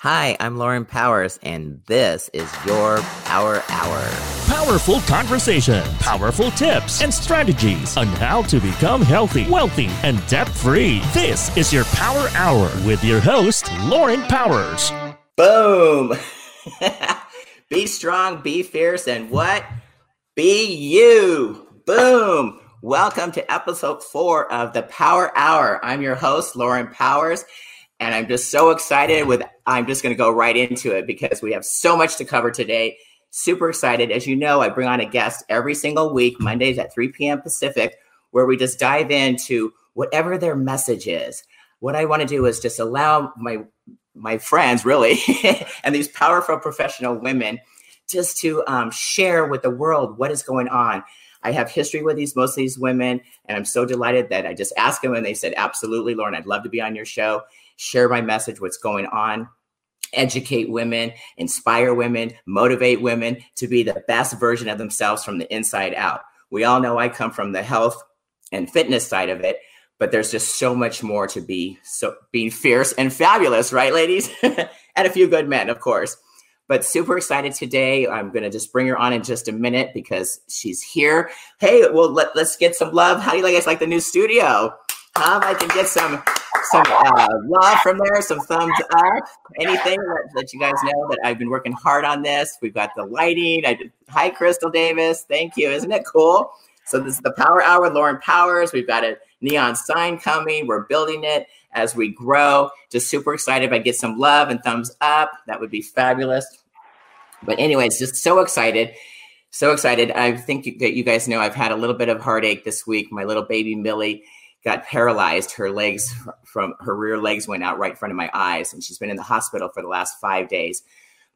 Hi, I'm Lauren Powers, and this is your Power Hour. Powerful conversation, powerful tips, and strategies on how to become healthy, wealthy, and debt free. This is your Power Hour with your host, Lauren Powers. Boom! be strong, be fierce, and what? Be you! Boom! Welcome to episode four of the Power Hour. I'm your host, Lauren Powers, and I'm just so excited with I'm just gonna go right into it because we have so much to cover today. Super excited. As you know, I bring on a guest every single week, Mondays at 3 p.m. Pacific, where we just dive into whatever their message is. What I want to do is just allow my my friends really and these powerful professional women just to um, share with the world what is going on i have history with these most of these women and i'm so delighted that i just asked them and they said absolutely lauren i'd love to be on your show share my message what's going on educate women inspire women motivate women to be the best version of themselves from the inside out we all know i come from the health and fitness side of it but there's just so much more to be so being fierce and fabulous right ladies and a few good men of course but super excited today i'm going to just bring her on in just a minute because she's here hey well let, let's get some love how do you guys like the new studio um, i can get some some uh, love from there some thumbs up anything let, let you guys know that i've been working hard on this we've got the lighting I did, hi crystal davis thank you isn't it cool so this is the Power Hour with Lauren Powers. We've got a neon sign coming. We're building it as we grow. Just super excited if I get some love and thumbs up. That would be fabulous. But anyways, just so excited. So excited. I think you- that you guys know I've had a little bit of heartache this week. My little baby Millie got paralyzed. Her legs fr- from her rear legs went out right in front of my eyes and she's been in the hospital for the last 5 days.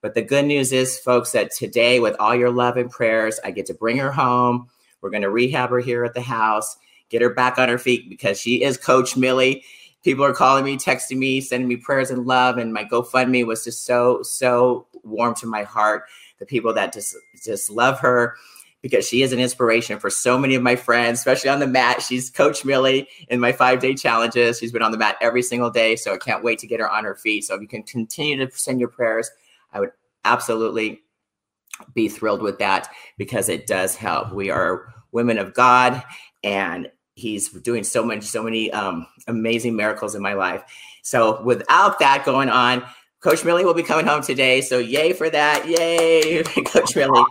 But the good news is folks that today with all your love and prayers, I get to bring her home. We're going to rehab her here at the house, get her back on her feet because she is Coach Millie. People are calling me, texting me, sending me prayers and love, and my GoFundMe was just so so warm to my heart. The people that just just love her because she is an inspiration for so many of my friends, especially on the mat. She's Coach Millie in my five day challenges. She's been on the mat every single day, so I can't wait to get her on her feet. So if you can continue to send your prayers, I would absolutely be thrilled with that because it does help. We are women of God, and He's doing so much, so many um, amazing miracles in my life. So without that going on, Coach Millie will be coming home today. So yay for that! Yay, Coach Millie.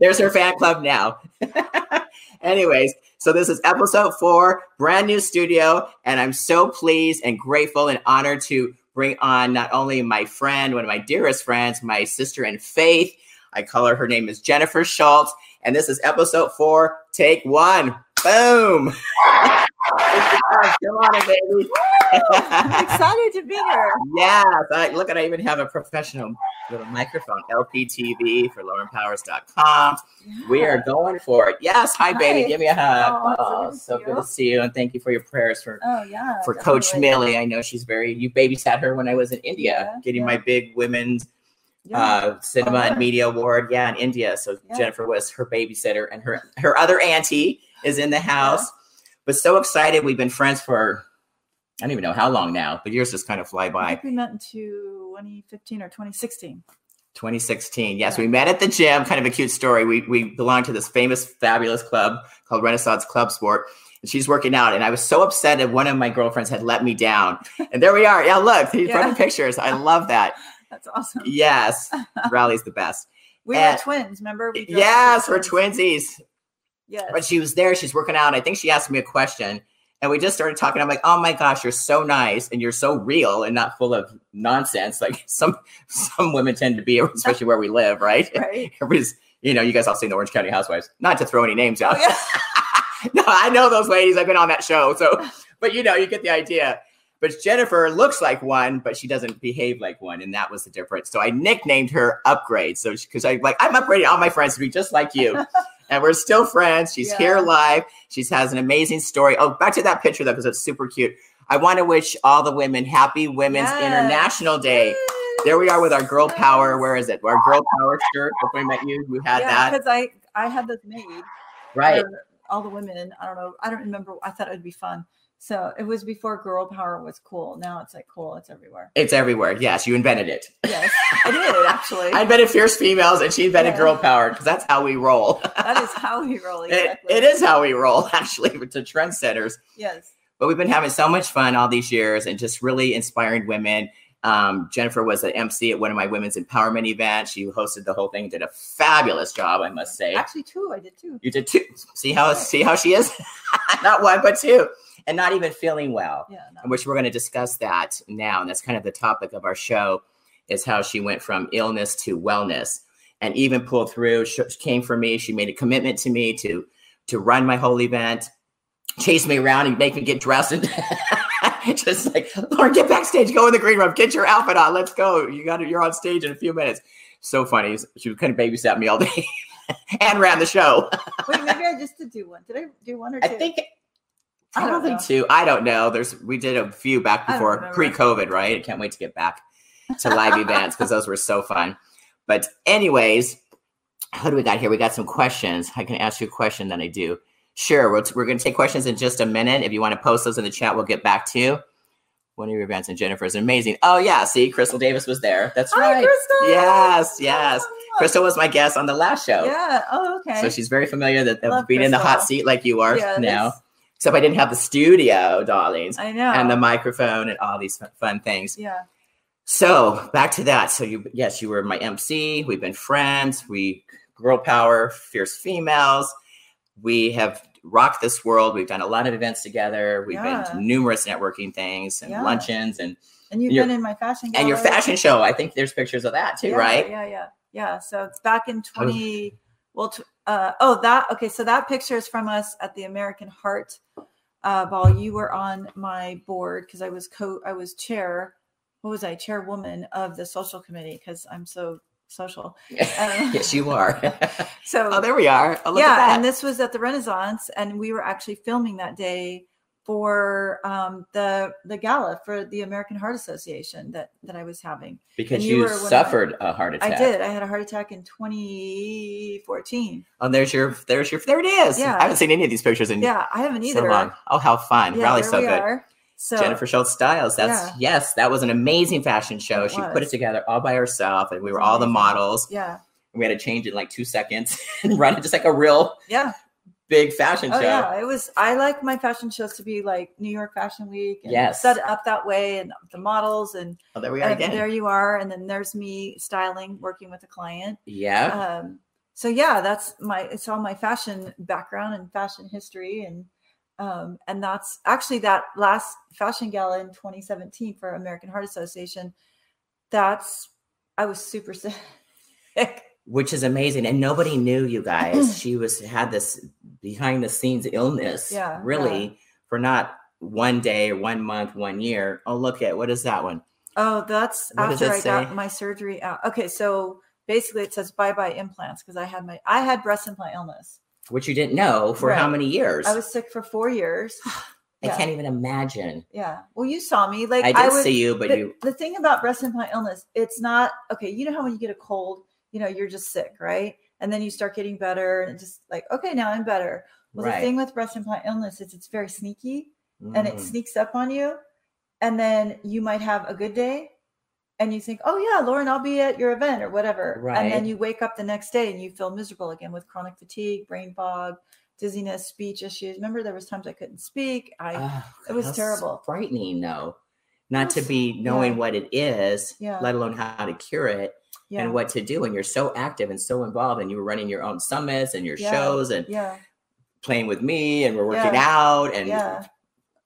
There's her fan club now. Anyways, so this is episode four, brand new studio, and I'm so pleased and grateful and honored to bring on not only my friend, one of my dearest friends, my sister in faith. I call her. Her name is Jennifer Schultz, and this is episode four, take one. Boom! Come on, in, baby. I'm excited to be here. Yes, I, look at I even have a professional little microphone, LPTV for laurenpowers.com. We are going for it. Yes, hi, baby. Hi. Give me a hug. Oh, it's Oh, good so to see good you. to see you. And thank you for your prayers for, Oh yeah. for Coach definitely. Millie. I know she's very, you babysat her when I was in India, Yeah, getting yeah. my big women's Yeah. uh, cinema Oh, and nice. media award. Yeah, in India. So Yeah. Jennifer was her babysitter, and her her other auntie is in the house. But so excited! We've been friends for I don't even know how long now. The years just kind of fly I by. think we met in 2015 or 2016. 2016. Yes, Yeah. we met at the gym. Kind of a cute story. We we belong to this famous, fabulous club called Renaissance Club Sport. And she's working out, and I was so upset that one of my girlfriends had let me down. And there we are. Yeah, look, he's Yeah. running pictures. I love that. That's awesome. Yes, Rally's the best. We Uh, were twins. Remember? We drove Yes, as we're twinsies. Yes. But she was there. She's working out. I think she asked me a question, and we just started talking. I'm like, "Oh my gosh, you're so nice, and you're so real, and not full of nonsense like some some women tend to be, especially where we live, right? right. Everybody's, you know, you guys all seen the Orange County Housewives. Not to throw any names out. Oh, yeah. no, I know those ladies. I've been on that show, so but you know, you get the idea. But Jennifer looks like one, but she doesn't behave like one, and that was the difference. So I nicknamed her Upgrade. So because I like, I'm upgrading all my friends to be just like you, and we're still friends. She's Yeah. here live. She has an amazing story. Oh, back to that picture though, because it's super cute. I want to wish all the women happy Women's Yes. International Day. There we are with our girl Yes. power. Where is it? Our girl power shirt. Before we met you, you had Yeah, that, because I I had this made. right? for All the women. I don't know. I don't remember. I thought it would be fun So it was before girl power was cool. Now it's like cool. It's everywhere. It's everywhere. Yes, you invented it. Yes, I did actually. I invented fierce females, and she invented Yeah. girl power because that's how we roll. that is how we roll. It, Exactly. it is how we roll, actually, with the trendsetters. Yes. But we've been having so much fun all these years and just really inspiring women. Um, Jennifer was an MC at one of my women's empowerment events. She hosted the whole thing, did a fabulous job, I must say. Actually, two. I did two. You did two. See how see how she is? not one, but two. And not even feeling well. Yeah. No. Which we're going to discuss that now. And that's kind of the topic of our show is how she went from illness to wellness and even pulled through. She she came for me. She made a commitment to me to to run my whole event, chase me around and make me get dressed and just like, Lauren, get backstage, go in the green room, get your outfit on, let's go. You got it, you're on stage in a few minutes. So funny. She kind of babysat me all day and ran the show. Wait, maybe I just did do one. Did I do one or two? I think I don't probably know. two. I don't know. There's we did a few back I don't before remember. pre-COVID, right? I can't wait to get back to live events because those were so fun. But anyways, who do we got here? We got some questions. I can ask you a question then I do. Sure, we're, we're going to take questions in just a minute. If you want to post those in the chat, we'll get back to you. One of your events and Jennifer's amazing. Oh yeah, see, Crystal Davis was there. That's Hi, right. Crystal. Yes, yes. Oh, Crystal was my guest on the last show, Yeah. Oh, okay. so she's very familiar that that Love being in the hot Crystal. seat like you are Yeah, now that's- except I didn't have the studio, darlings, I know. and the microphone and all these fun, fun things. yeah. So back to that. So you, yes, you were my MC. We've been friends. We girl power, fierce females. We have rocked this world. We've done a lot of events together. We've been Yeah. to numerous networking things and Yeah. luncheons and And you've Your- been in my fashion. and your gallery. fashion show. I think there's pictures of that too, yeah, right? Oh. Yeah, yeah, yeah. So it's back in I was- 20. Well, tw- uh, oh, that okay. So that picture is from us at the American Heart. Uh, while you were on my board, because I was co, I was chair. What was I? Chairwoman of the social committee because I'm so social. Um, yes, you are. So oh, there we are. Oh, look yeah, at that. and this was at the Renaissance, and we were actually filming that day for um, the the gala for the American Heart Association that that I was having. because and you you, were one of my- suffered a heart attack. I did. I had a heart attack in 2014. Oh, there's your, there's your, there it is. Yeah. I haven't seen any of these pictures in Yeah, I haven't either. So long. Oh, how fun. Yeah, Rally's there so we good. are. So Jennifer Schultz Styles. That's yes, that was an amazing fashion show. It she put it was. together all by herself, and we It were was all the amazing. models. Yeah, We had to change in like two seconds and run it just like a real yeah. big fashion Oh show. yeah, it was. I like my fashion shows to be like New York Fashion Week. And Yes. set up that way, and the models, and, Oh, there we are and again. there you are. And then there's me styling, working with a client. yeah. um so yeah that's my it's all my fashion background and fashion history and um and that's actually that last fashion gala in 2017 for american heart association that's i was super sick which is amazing and nobody knew you guys she was had this behind the scenes illness Yeah, yeah. really for not one day one month one year oh look at what is that one oh that's What does after it i say? got my surgery out okay so basically it says bye-bye implants because i had my i had breast implant illness which you didn't know for how Right. many years i was sick for four years I yeah. can't even imagine yeah well you saw me like i did i was see you but But you the thing about breast implant illness, it's not okay. You know how when you get a cold, you know, you're just sick, right? And then you start getting better and it's just like, okay, now I'm better. right Well, the thing with breast implant illness is it's very sneaky and it Mm. sneaks up on you. And then you might have a good day and you think, oh, yeah, Lauren, I'll be at your event or whatever. And Right. then you wake up the next day and you feel miserable again with chronic fatigue, brain fog, dizziness, speech issues. Remember, there was times I couldn't speak. I, Ugh, it was that's terrible. Frightening, though, not to was- be knowing what it is, Yeah. let alone how to cure it yeah, and what to do. And you're so active and so involved, and you were running your own summits and your Yeah. shows and yeah, playing with me, and we're working Yeah. out and yeah,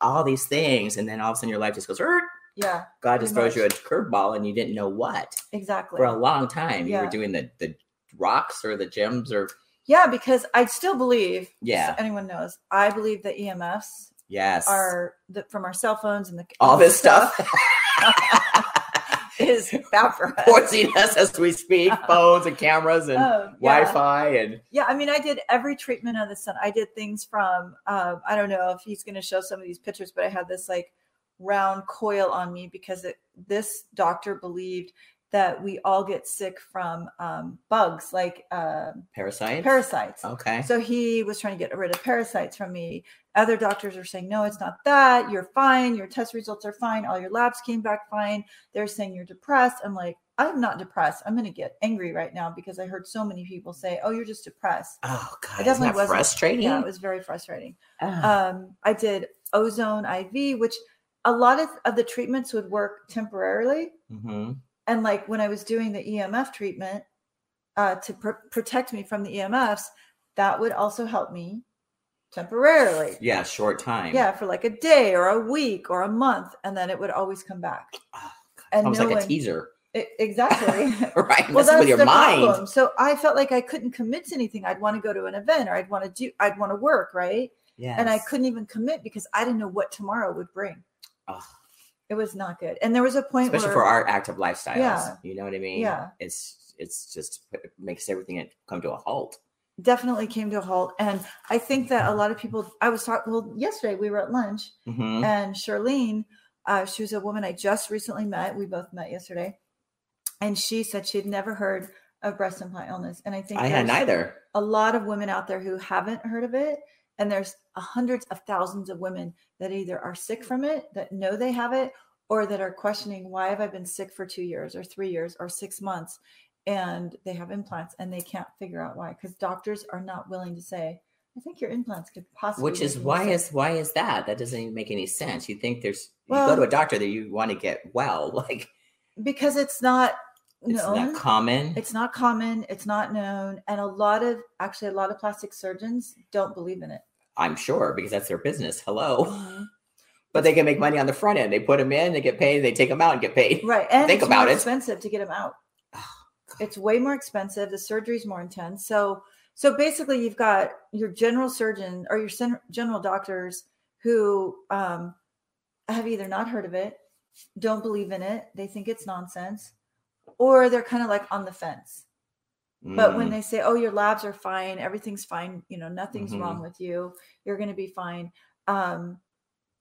all these things. And then all of a sudden, your life just goes, "Er," yeah, God just Pretty throws you a curveball, and you didn't know what exactly. for a long time. You were Yeah. doing the the rocks or the gyms or Yeah, because I still believe. Yeah. so anyone knows. I believe that EMFs yes, are the, from our cell phones and the all this stuff. is bad for us. Forcing us as we speak, phones and cameras and Oh, yeah. Wi-Fi and Yeah, I mean, I did every treatment under the sun. I did things from um, I don't know if he's going to show some of these pictures, but I had this like round coil on me because it, this doctor believed that we all get sick from um, bugs like uh, Parasites? parasites. Okay. So he was trying to get rid of parasites from me. Other doctors are saying, no, it's not that. You're fine. Your test results are fine. All your labs came back fine. They're saying you're depressed. I'm like, I'm not depressed. I'm going to get angry right now because I heard so many people say, oh, you're just depressed. oh God, I isn't definitely that wasn't. frustrating? Yeah, it was very frustrating. Ah, Um, I did ozone IV, which a lot of, of the treatments would work temporarily. mhm. And like when I was doing the EMF treatment uh, to pr- protect me from the EMFs, that would also help me temporarily. Yeah, short time. Yeah, for like a day or a week or a month, and then it would always come back. Oh, God, And Almost no like a one- teaser, E- exactly. right? Messing with your mind. So I felt like I couldn't commit to anything. I'd want to go to an event or I'd want to do, I'd want to work, right? Yes. And I couldn't even commit because I didn't know what tomorrow would bring. Ugh. It was not good. And there was a point especially where for our active lifestyles. Yeah. You know what I mean? Yeah. It's it's just it makes everything come to a halt. definitely came to a halt. And I think that a lot of people, I was talking, well, yesterday we were at lunch Mhm. and Charlene, uh, she was a woman I just recently met. We both met yesterday, and she said she had never heard of breast implant illness. And I think I had there's neither. a lot of women out there who haven't heard of it, and there's uh, hundreds of thousands of women that either are sick from it, that know they have it, or that are questioning why have I been sick for two years or three years or six months, and they have implants and they can't figure out why because doctors are not willing to say. I think your implants could possibly. Which is make you why sick." is why is that? That doesn't even make any sense. You think there's you Well- go to a doctor that you want to get well, like because it's not it's known. not common. it's not common. It's not known, and a lot of actually a lot of plastic surgeons don't believe in it. I'm sure because that's their business. Hello, but they can make money on the front end. They put them in, they get paid, they take them out and get paid. Right, and Think it's about more it. expensive to get them out. Oh, It's way more expensive. The surgery's more intense. So, so basically, you've got your general surgeon or your cen- general doctors who um, have either not heard of it, don't believe in it, they think it's nonsense, or they're kind of like on the fence. But when Mm, they say, "Oh, your labs are fine, everything's fine, you know, nothing's wrong Mm-hmm. with you, you're going to be fine," um,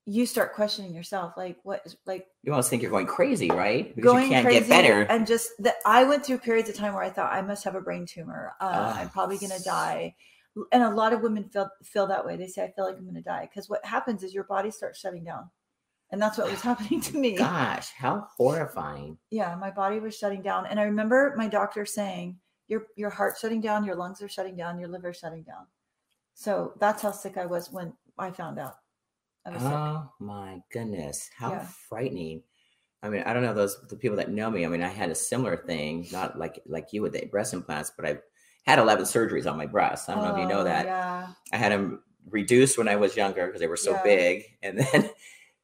you start questioning yourself, like, "What is like you almost think you're going crazy, right? Because going you can't crazy?" get better. And just that, I went through periods of time where I thought I must have a brain tumor. Uh, I'm Ah. probably going to die. And a lot of women feel feel that way. They say, "I feel like I'm going to die," because what happens is your body starts shutting down, and that's what was happening to me. Gosh, how horrifying! yeah my body was shutting down and i remember my doctor saying your your heart's shutting down your lungs are shutting down your liver's shutting down so that's how sick i was when i found out i was sick Oh my goodness, how Yeah. frightening! I mean, I don't know those the people that know me. I mean, I had a similar thing, not like like you with the breast implants, but I've had eleven surgeries on my breasts. I don't know if you know Oh, that. yeah I had them reduced when I was younger because they were so Yeah. big, and then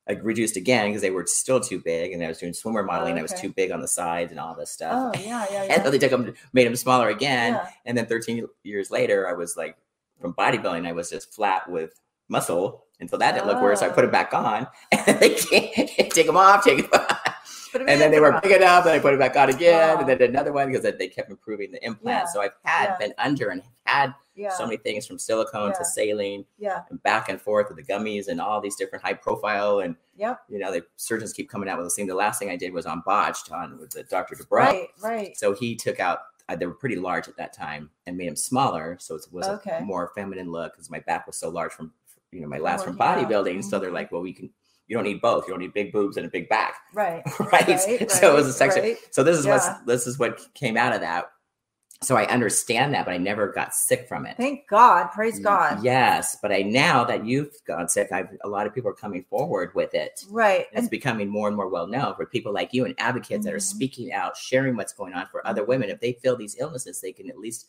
like reduced again because they were still too big. And I was doing swimmer modeling; I was Oh, okay. too big on the sides and all this oh stuff. yeah yeah and yeah, then they took them, made them smaller again, yeah. and then 13 years later, I was like from bodybuilding, I was just flat with muscle, and so that didn't look weird. So I put it back on, and they can't take them off, take 'em off. But I mean, and then they think were about- big enough, and I put it back on again, Wow. and then another one because they kept improving the implants. Yeah, So I've had yeah. been under and had yeah so many things from silicone Yeah. to saline yeah and back and forth with the gummies and all these different high profile and yep you know the surgeons keep coming out with this thing. The last thing I did was on botched on with the Dr. DeBray. right right So he took out, uh, they were pretty large at that time and made them smaller. So it was Okay. a more feminine look because my back was so large from, you know, my last from working out. bodybuilding. So they're Mhm. like, well, we can, you don't need both. You don't need big boobs and a big back. right Right. Right, so it was a right, section. right. So this is Yeah. what's, this is what came out of that. So I understand that, but I never got sick from it. thank god praise Y- god Yes. But I, now that you've gone sick, I've, a lot of people are coming forward with it. right And and it's becoming more and more well known for people like you and advocates that are Mhm. speaking out, sharing what's going on for Mm-hmm. other women. If they feel these illnesses, they can at least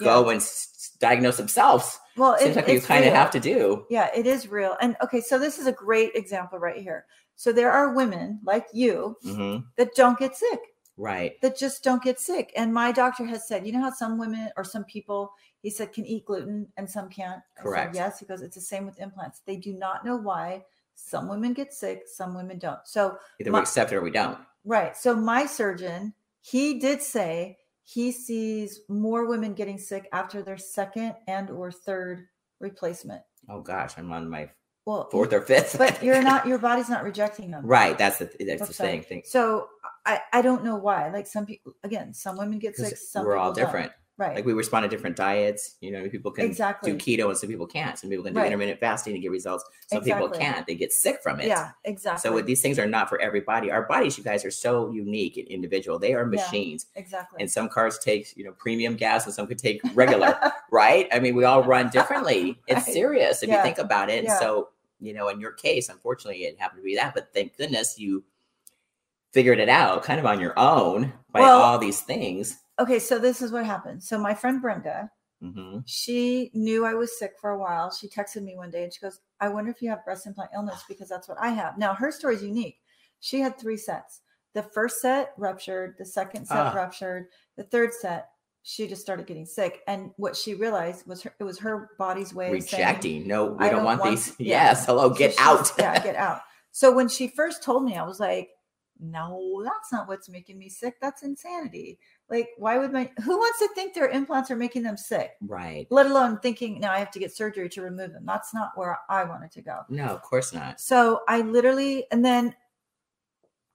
Yeah. go and s- diagnose themselves. well Seems it, like you it's kind of real. have to do. Yeah, it is real. And okay, so this is a great example right here. So there are women like you Mhm. that don't get sick, Right. that just don't get sick. And my doctor has said, you know how some women or some people, he said, can eat gluten and some can't? I said, Correct. yes. He goes, it's the same with implants. They do not know why some women get sick, some women don't. So, Either My- we accept it or we don't. right. So my surgeon, he did say he sees more women getting sick after their second and or third replacement. Oh gosh, I'm on my Well, fourth or fifth. but you're not. Your body's not rejecting them. right. That's the that's the Upside. thing. thing. So I I don't know why. Like some people, again, some women get sick. 'Cause Some we're all people don't. different. Right. Like we respond to different diets. You know, people can Exactly. do keto and some people can't. Some people can do Right. intermittent fasting and get results. Some people Exactly. can't. They get sick from it. yeah. Exactly. So these things are not for everybody. Our bodies, you guys, are so unique and individual. They are Yeah. machines. exactly. And some cars take, you know, premium gas and some could take regular, right? I mean, we all run differently. It's Right. serious if Yeah. you think about it. And Yeah. So, you know, in your case, unfortunately, it happened to be that, but thank goodness you figured it out kind of on your own by Well- all these things. okay. So this is what happened. So my friend Brenda, hmm she knew I was sick for a while. She texted me one day and she goes, I wonder if you have breast implant illness because that's what I have. Now, her story is unique. She had three sets. The first set ruptured, the second set Ah. ruptured, the third set, she just started getting sick. And what she realized was her, it was her body's way of saying, Rejecting. No, we I don't, don't want, want- these. yeah. Yes. Hello, So get she's- out. yeah, get out. So when she first told me, I was like, no, that's not what's making me sick. That's insanity. Like, why would my, who wants to think their implants are making them sick? Right. let alone thinking now I have to get surgery to remove them. That's not where I wanted to go. No, of course not. So I literally, and then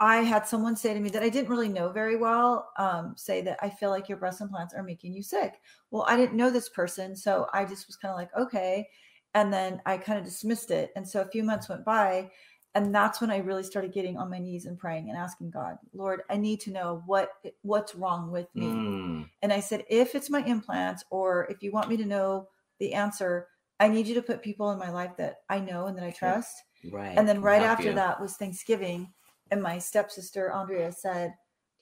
I had someone say to me that I didn't really know very well, um, say that I feel like your breast implants are making you sick. Well, I didn't know this person, so I just was kind of like, okay. And then I kind of dismissed it. And so a few months went by, and that's when I really started getting on my knees and praying and asking God, Lord, I need to know what what's wrong with me. Mm. And I said, if it's my implants or if you want me to know the answer, I need you to put people in my life that I know and that I Sure. trust. Right. And then can right help after you. that was Thanksgiving. And my stepsister, Andrea, said,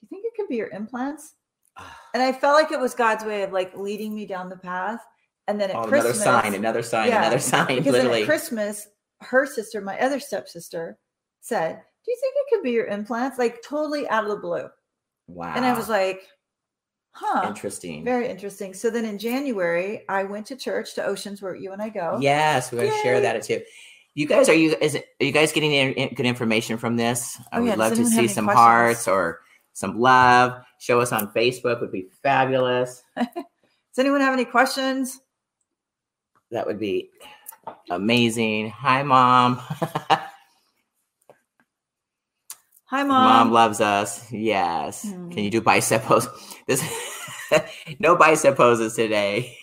Do you think it could be your implants? Ah, And I felt like it was God's way of like leading me down the path. And then at oh, another Christmas, sign, another sign, Yeah, another sign, because then literally. at Christmas, her sister, my other stepsister, said, Do you think it could be your implants? Like totally out of the blue. wow. And I was like, oh, Huh. interesting. Very interesting. So then in January, I went to church to Oceans where you and I go. Yes, we're gonna share Yay. that too. You guys, are you is it, are you guys getting in, in- good information from this? I Oh, would yeah, does love to anyone have see any some questions? hearts or some love. Show us on Facebook would be fabulous. Does anyone have any questions? That would be amazing. Hi, mom. Hi, Mom mom. loves us. Yes. Mm. Can you do bicep pose? This no bicep poses today.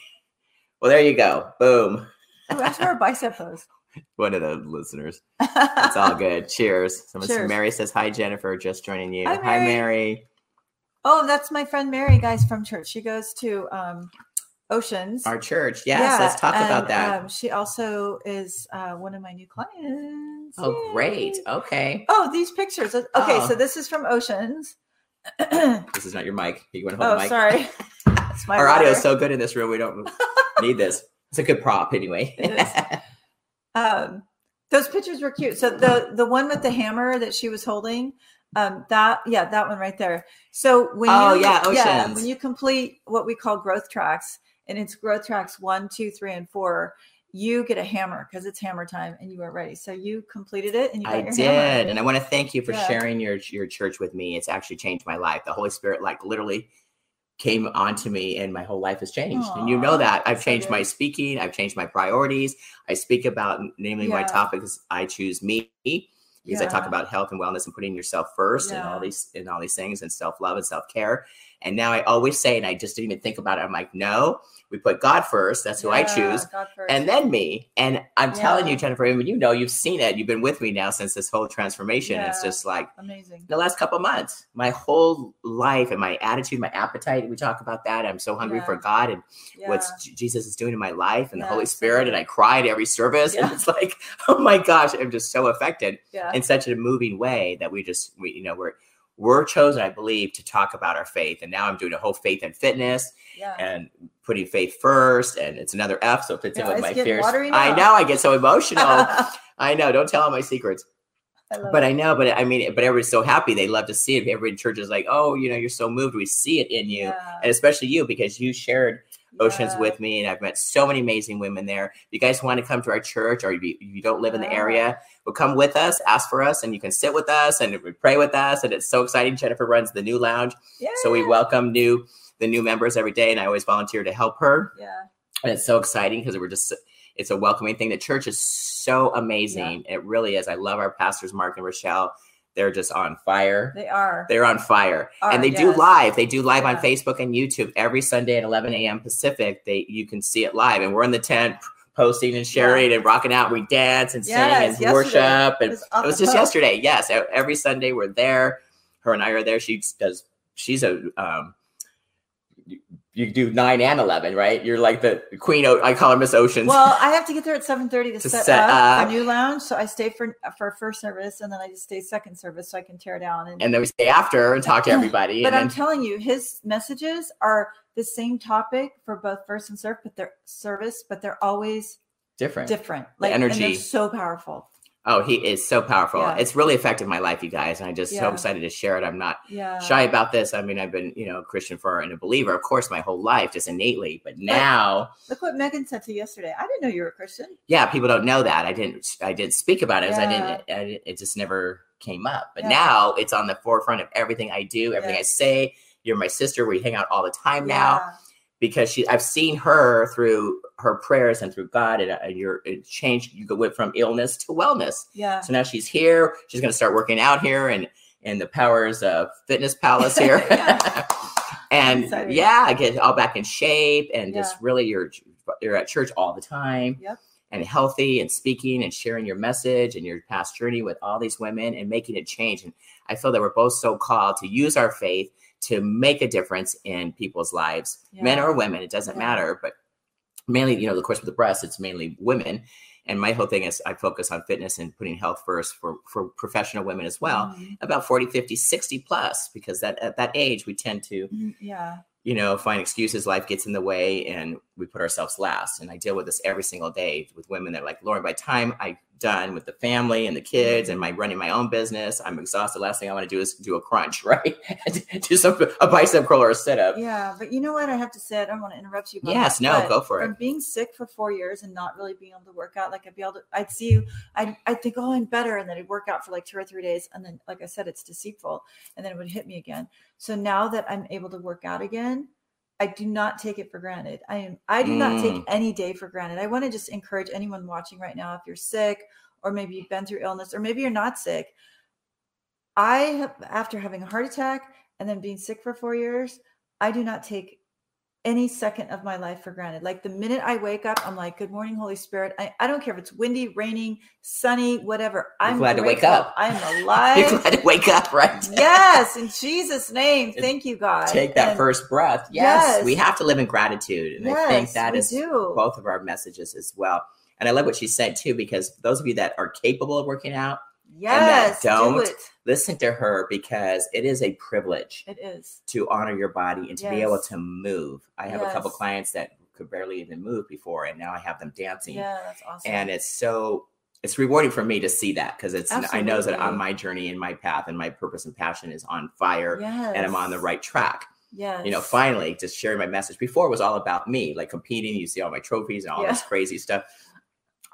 Well, there you go. Boom. Ooh, ask for a bicep pose. One of the listeners. It's That's all good. Cheers. Someone Cheers. Mary says hi, Jennifer. Just joining you. Hi, Hi, Mary. Mary. Oh, that's my friend Mary, guys, from church. She goes to um, Oceans. Our church. Yes. let's talk about and, that. Um, she also is uh, one of my new clients. oh, great. Yay. Okay. Oh, these pictures. Okay, Oh. so this is from Oceans. oh, This is not your mic. You want to hold the mic? sorry. It's my Our audio is water. so good in this room. We don't need this. It's a good prop, anyway. It is. um those pictures were cute so the the one with the hammer that she was holding um that yeah that one right there so when Oh, you yeah, when Oceans. you complete what we call growth tracks and it's growth tracks one two three and four you get a hammer because it's hammer time and you are ready so you completed it and you got I your did, hammer and I want to thank you for Yeah. sharing your your church with me. It's actually changed my life. The Holy Spirit, like literally, came onto me, and my whole life has changed. and you Aw, know that I've that's so changed my good. speaking, I've changed my priorities. I speak about namely my Yeah. topics. I choose me because I talk Yeah. about health and wellness and putting yourself first, and all Yeah. these and all these things, and self love and self care. And now I always say, and I just didn't even think about it. I'm like, no, we put God first. That's who I Yeah, choose God first. and then me. And I'm telling you, Yeah. Jennifer, and you know, you've seen it. You've been with me now since this whole transformation. It's Yeah. just like amazing the last couple months, my whole life and my attitude, my appetite. We talk about that. I'm so hungry for Yeah. God and yeah. what J- Jesus is doing in my life and the Yeah, Holy so Spirit. good. And I cried every service. And Yeah. it's like, oh my gosh, I'm just so affected yeah in such a moving way that we just, we, you know, we're, we're chosen, I believe, to talk about our faith. And now I'm doing a whole faith and fitness yeah and putting faith first and it's another f so it fits Yeah, in with it's my getting fears watery i now. know i get so emotional i know don't tell all my secrets I love but it. i know but i mean but everybody's so happy they love to see it everybody in church is like oh you know you're so moved we see it in you Yeah, and especially you because you shared oceans yeah. with me and i've met so many amazing women there if you guys want to come to our church or if you, if you don't live in the Yeah. area well come with us ask for us and you can sit with us and pray with us and it's so exciting jennifer runs the new lounge so we Yeah. welcome new the new members every day, and I always volunteer to help her. yeah And it's so exciting because we're just It's a welcoming thing. The church is so amazing. It really is. I love our pastors, Mark and Rochelle. They're just on fire. They are. They're on fire. Are, and they do yes. live. They do live on Yeah. Facebook and YouTube every Sunday at 11 a.m. Pacific. They you can see it live. And we're in the tent posting and sharing and rocking out. We dance and sing Yes, and yesterday. worship. And It was off it was the just hook. yesterday. Yes, e- every Sunday we're there. Her and I are there. She does. She's a. um you- You do nine and eleven, right? You're like the queen. O- I call her Miss Oceans. Well, I have to get there at seven thirty to, To set, set up, up. a new lounge. So I stay for for first service, and then I just stay second service, so I can tear down. And, and then we stay after and talk to everybody. but and I'm then telling you, his messages are the same topic for both first and serve, but they're service, but they're always different. different. Like and energy. they're so powerful. Oh, he is so powerful. Yeah. It's really affected my life, you guys. And I'm just so Yeah. excited to share it. I'm not Yeah. shy about this. I mean, I've been, you know, a Christian for and a believer, of course, my whole life, just innately. But now, Look what Megan said to you yesterday. I didn't know you were a Christian. yeah, people don't know that. I didn't, I didn't speak about it. 'cause I Yeah. didn't, I didn't- it just never came up. But Yeah. now it's on the forefront of everything I do, everything I Yes. say. You're my sister. We hang out all the time now. because she I've seen her through her prayers and through God and, uh, and your it changed you go- went from illness to wellness. Yeah. So now she's here. She's going to start working out here and and the powers of fitness palace here. Yeah. and Excited. yeah, get all back in shape and just Yeah. really you're you're at church all the time. Yep. And healthy and speaking and sharing your message and your past journey with all these women and making a change. And I feel that we're both so called to use our faith to make a difference in people's lives, men Yeah. or women, it doesn't Yeah. matter. But mainly, you know, of course, with the breast, it's mainly women. And my whole thing is I focus on fitness and putting health first for, for professional women as well. Mhm. About 40, 50, 60 plus, because that at that age, we tend to, Mhm. Yeah. you know, find excuses, life gets in the way, and we put ourselves last. And I deal with this every single day with women that are like, Lauren, by the time I'm done with the family and the kids and my running my own business, I'm exhausted. Last thing I want to do is do a crunch, right? do some a bicep curl or a sit up. Yeah. But you know what? I have to say, I don't want to interrupt you. about Yes, that, no, but go for it. from being sick for four years and not really being able to work out, like I'd be able to, I'd see you, I'd, I'd think, oh, I'm better. And then I'd work out for like two or three days. And then, like I said, it's deceitful. And then it would hit me again. So now that I'm able to work out again, I do not take it for granted. I am, I do not take Mm. any day for granted. I want to just encourage anyone watching right now, if you're sick or maybe you've been through illness or maybe you're not sick. I have, after having a heart attack and then being sick for four years, I do not take any second of my life for granted. Like the minute I wake up, I'm like, good morning, Holy Spirit. I, I don't care if it's windy, raining, sunny, whatever. You're I'm glad to wake grateful. up. I am You're alive. glad to wake up, right? yes. In Jesus' name. Thank you, God. Take that And first breath. Yes, Yes. we have to live in gratitude. And I think yes, that we is do. both of our messages as well. And I love what she said too, because those of you that are capable of working out, that Yes. don't. Do it. listen to her because it is a privilege It is. to honor your body and to be Yes. able to move. I have a couple Yes. clients that could barely even move before, and now I have them dancing. Yeah, that's awesome. and it's so it's rewarding for me to see that because it's I know that on Absolutely. my journey and my path and my purpose and passion is on fire yes. and I'm on the right track. Yes. You know, finally just sharing my message. Before it was all about me, like competing, you see all my trophies and all Yeah. this crazy stuff.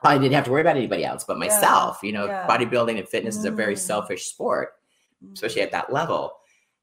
I didn't have to worry about anybody else but myself. You know, yeah. bodybuilding and fitness is a very Mm. selfish sport Mm. especially at that level.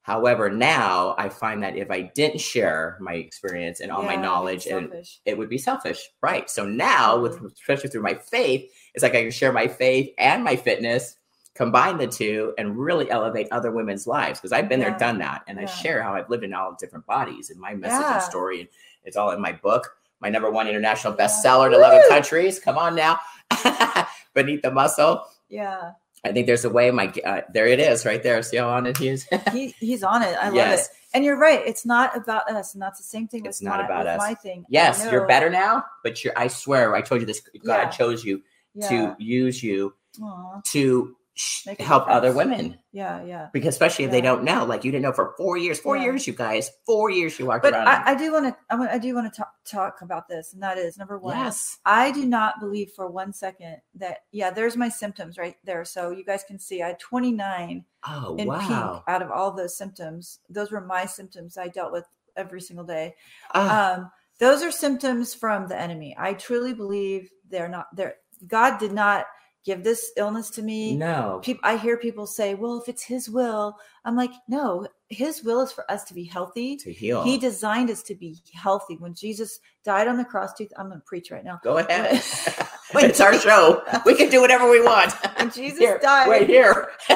However, now I find that if I didn't share my experience and all Mm-hmm. Yeah, my it's knowledge, and selfish. it would be selfish, right? So Mm-hmm. now, with especially through my faith, it's like I can share my faith and my fitness, combine the two, and really elevate other women's lives because I've been Yeah. there, done that, and I Yeah. share how I've lived in all different bodies and my message Yeah. and story, and it's all in my book, my number one international Yeah. bestseller in eleven Woo! countries. Come on now, beneath the muscle. yeah, I think there's a way. My uh, there it is, right there. See how on it is. he, he's on it. I love yes, it. And you're right. It's not about us, and that's the same thing. It's with not my, about with us. My thing. I yes, you're know. better now. But you're. I swear, I told you this. God Yeah. chose you Yeah. to use you Aw. to sh- Make a help other difference. women, yeah, yeah. because especially if they Yeah. don't know, like you didn't know for four years. Four Yeah. years, you guys. Four years, you walked But around. I, I do want to. I, wanna- I do want to talk, talk about this, and that is number one. yes, I do not believe for one second that yeah, there's my symptoms right there. So you guys can see I had 29 oh in wow, pink out of all those symptoms. Those were my symptoms I dealt with every single day. Ah, um, those are symptoms from the enemy. I truly believe they're not there. God did not give this illness to me. No. Peop I hear people say, well, if it's his will, I'm like, no, his will is for us to be healthy. To heal. He designed us to be healthy. When Jesus died on the cross, tooth, I'm going to preach right now. Go ahead. it's our show. We can do whatever we want. When Jesus Here, died, Right here.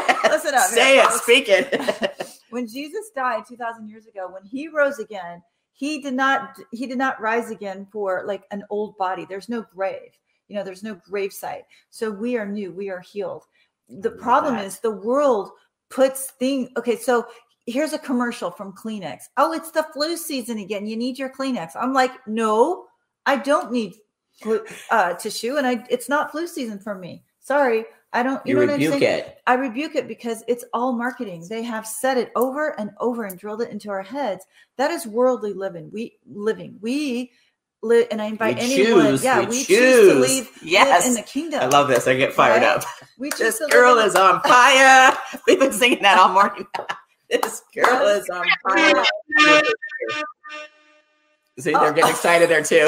Listen up, Say here, it. folks. Speak it. when Jesus died 2000 years ago when he rose again he did not he did not rise again for like an old body there's no grave you know there's no grave site so we are new we are healed the love problem that. is the world puts things okay so here's a commercial from kleenex oh it's the flu season again you need your kleenex i'm like no i don't need flu, uh, tissue and i it's not flu season for me sorry i don't you you, know what i'm saying rebuke it. I rebuke it because it's all marketing. They have said it over and over and drilled it into our heads. That is worldly living. We living. We live, and I invite we anyone. choose. yeah, we, we, choose to choose. leave Yes. live in the kingdom. I love this. I get fired Right? up. we choose This to live girl in the- is on fire. We've been singing that all morning. this girl is on fire. See, they're Oh. getting excited there too.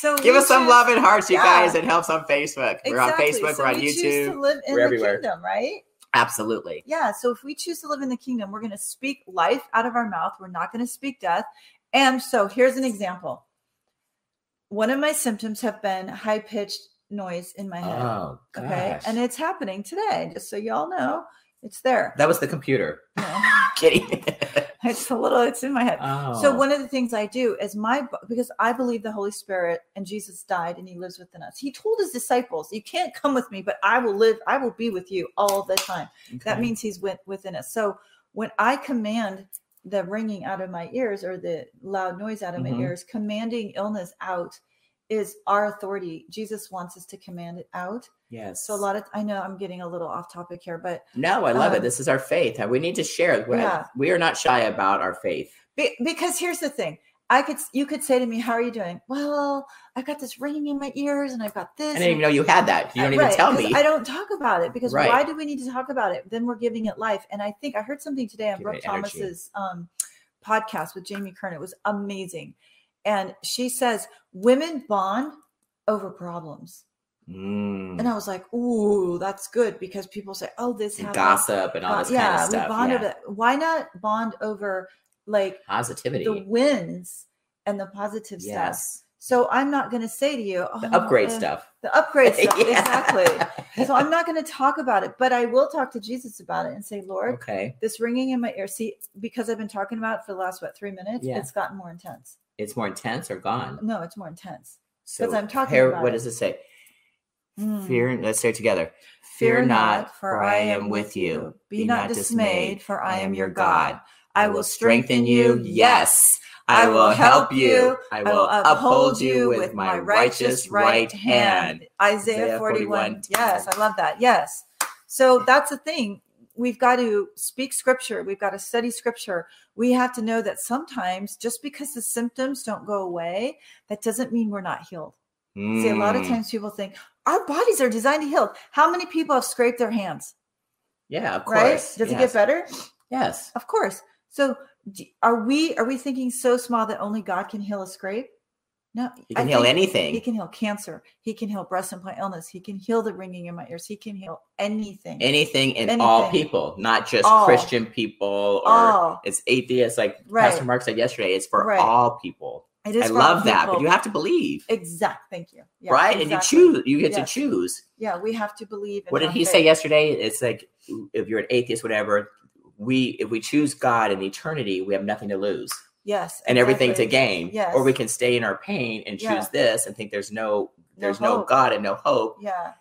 So Give we us some choose- love and hearts, you Yeah. guys. It helps on Facebook. We're on Exactly. Facebook. So we're on we choose to YouTube. live in We're the everywhere. kingdom, right? Absolutely. Yeah. So if we choose to live in the kingdom, we're going to speak life out of our mouth. We're not going to speak death. And so here's an example. One of my symptoms have been high pitched noise in my head. Oh, Okay. And it's happening today, just so y'all know. It's there. that was the computer. you know. Kidding. it's a little, it's in my head. oh. So one of the things I do is my because I believe the Holy Spirit and Jesus died and he lives within us. He told his disciples, "You can't come with me, but I will live, I will be with you all the time." That means he's with, within us. So when I command the ringing out of my ears or the loud noise out of Mhm. my ears, commanding illness out is our authority. Jesus wants us to command it out. yes. So a lot of I know I'm getting a little off topic here, but No, I love it. Um, This is our faith. We need to share. We- Yeah. We are not shy about our faith. Be- because here's the thing. I could you could say to me, "How are you doing?" Well, I've got this ringing in my ears, and I've got this. I didn't even and- know you had that. You don't even Right, tell 'cause me. I don't talk about it because Right. why do we need to talk about it? Then we're giving it life. And I think I heard something today on Give Brooke it energy. Thomas's um, podcast with Jamie Kern. It was amazing, and she says women bond over problems, Mm. and I was like, "Ooh, that's good," because people say, "Oh, this and happened." gossip and all Bond- this yeah, kind of stuff. we bond yeah. over. Why not bond over like Positivity. the wins and the positive stuff. yes. So I'm not going to say to you The "Oh, upgrade uh, stuff. The upgrade stuff, Yeah. exactly. So I'm not going to talk about it, but I will talk to Jesus about it and say, Lord, Okay. this ringing in my ear. See, because I've been talking about it for the last what three minutes, Yeah. it's gotten more intense. It's more intense or gone. No, it's more intense. So I'm talking Here, about what it. does it say? Mm. Fear. Let's say it together. Fear not, for I am with you. Be not dismayed, for I am your God. I will strengthen you. Yes. I will help you. I will uphold you with my righteous right hand. Isaiah, Isaiah 41. 41. Yes, I love that. Yes. So that's the thing. We've got to speak scripture. We've got to study scripture. We have to know that sometimes just because the symptoms don't go away, that doesn't mean we're not healed. See, a lot of Mm. times people think our bodies are designed to heal. How many people have scraped their hands? Yeah, of Right? course. Does it Yes. get better? Yes. Of course. So d- are we are we thinking so small that only God can heal a scrape? No, You I can heal think anything. He can heal cancer. He can heal breast implant illness. He can heal the ringing in my ears. He can heal anything. anything and all Anything. people, not just All. Christian people or All. it's atheists. Like Right. Pastor Mark said yesterday, it's for Right. all people. It is I for all love that, but people. you have to believe, exact. Thank you. Yeah, right? exactly. And you choose. You get Yes. to choose. Yeah, we have to believe. in What did our he faith. say yesterday? It's like if you're an atheist, whatever. We if we choose God in eternity, we have nothing to lose Yes, and everything to exactly. gain. Yes. Or we can stay in our pain and choose Yeah. this and think there's no there's no, hope. God and no hope. Yeah,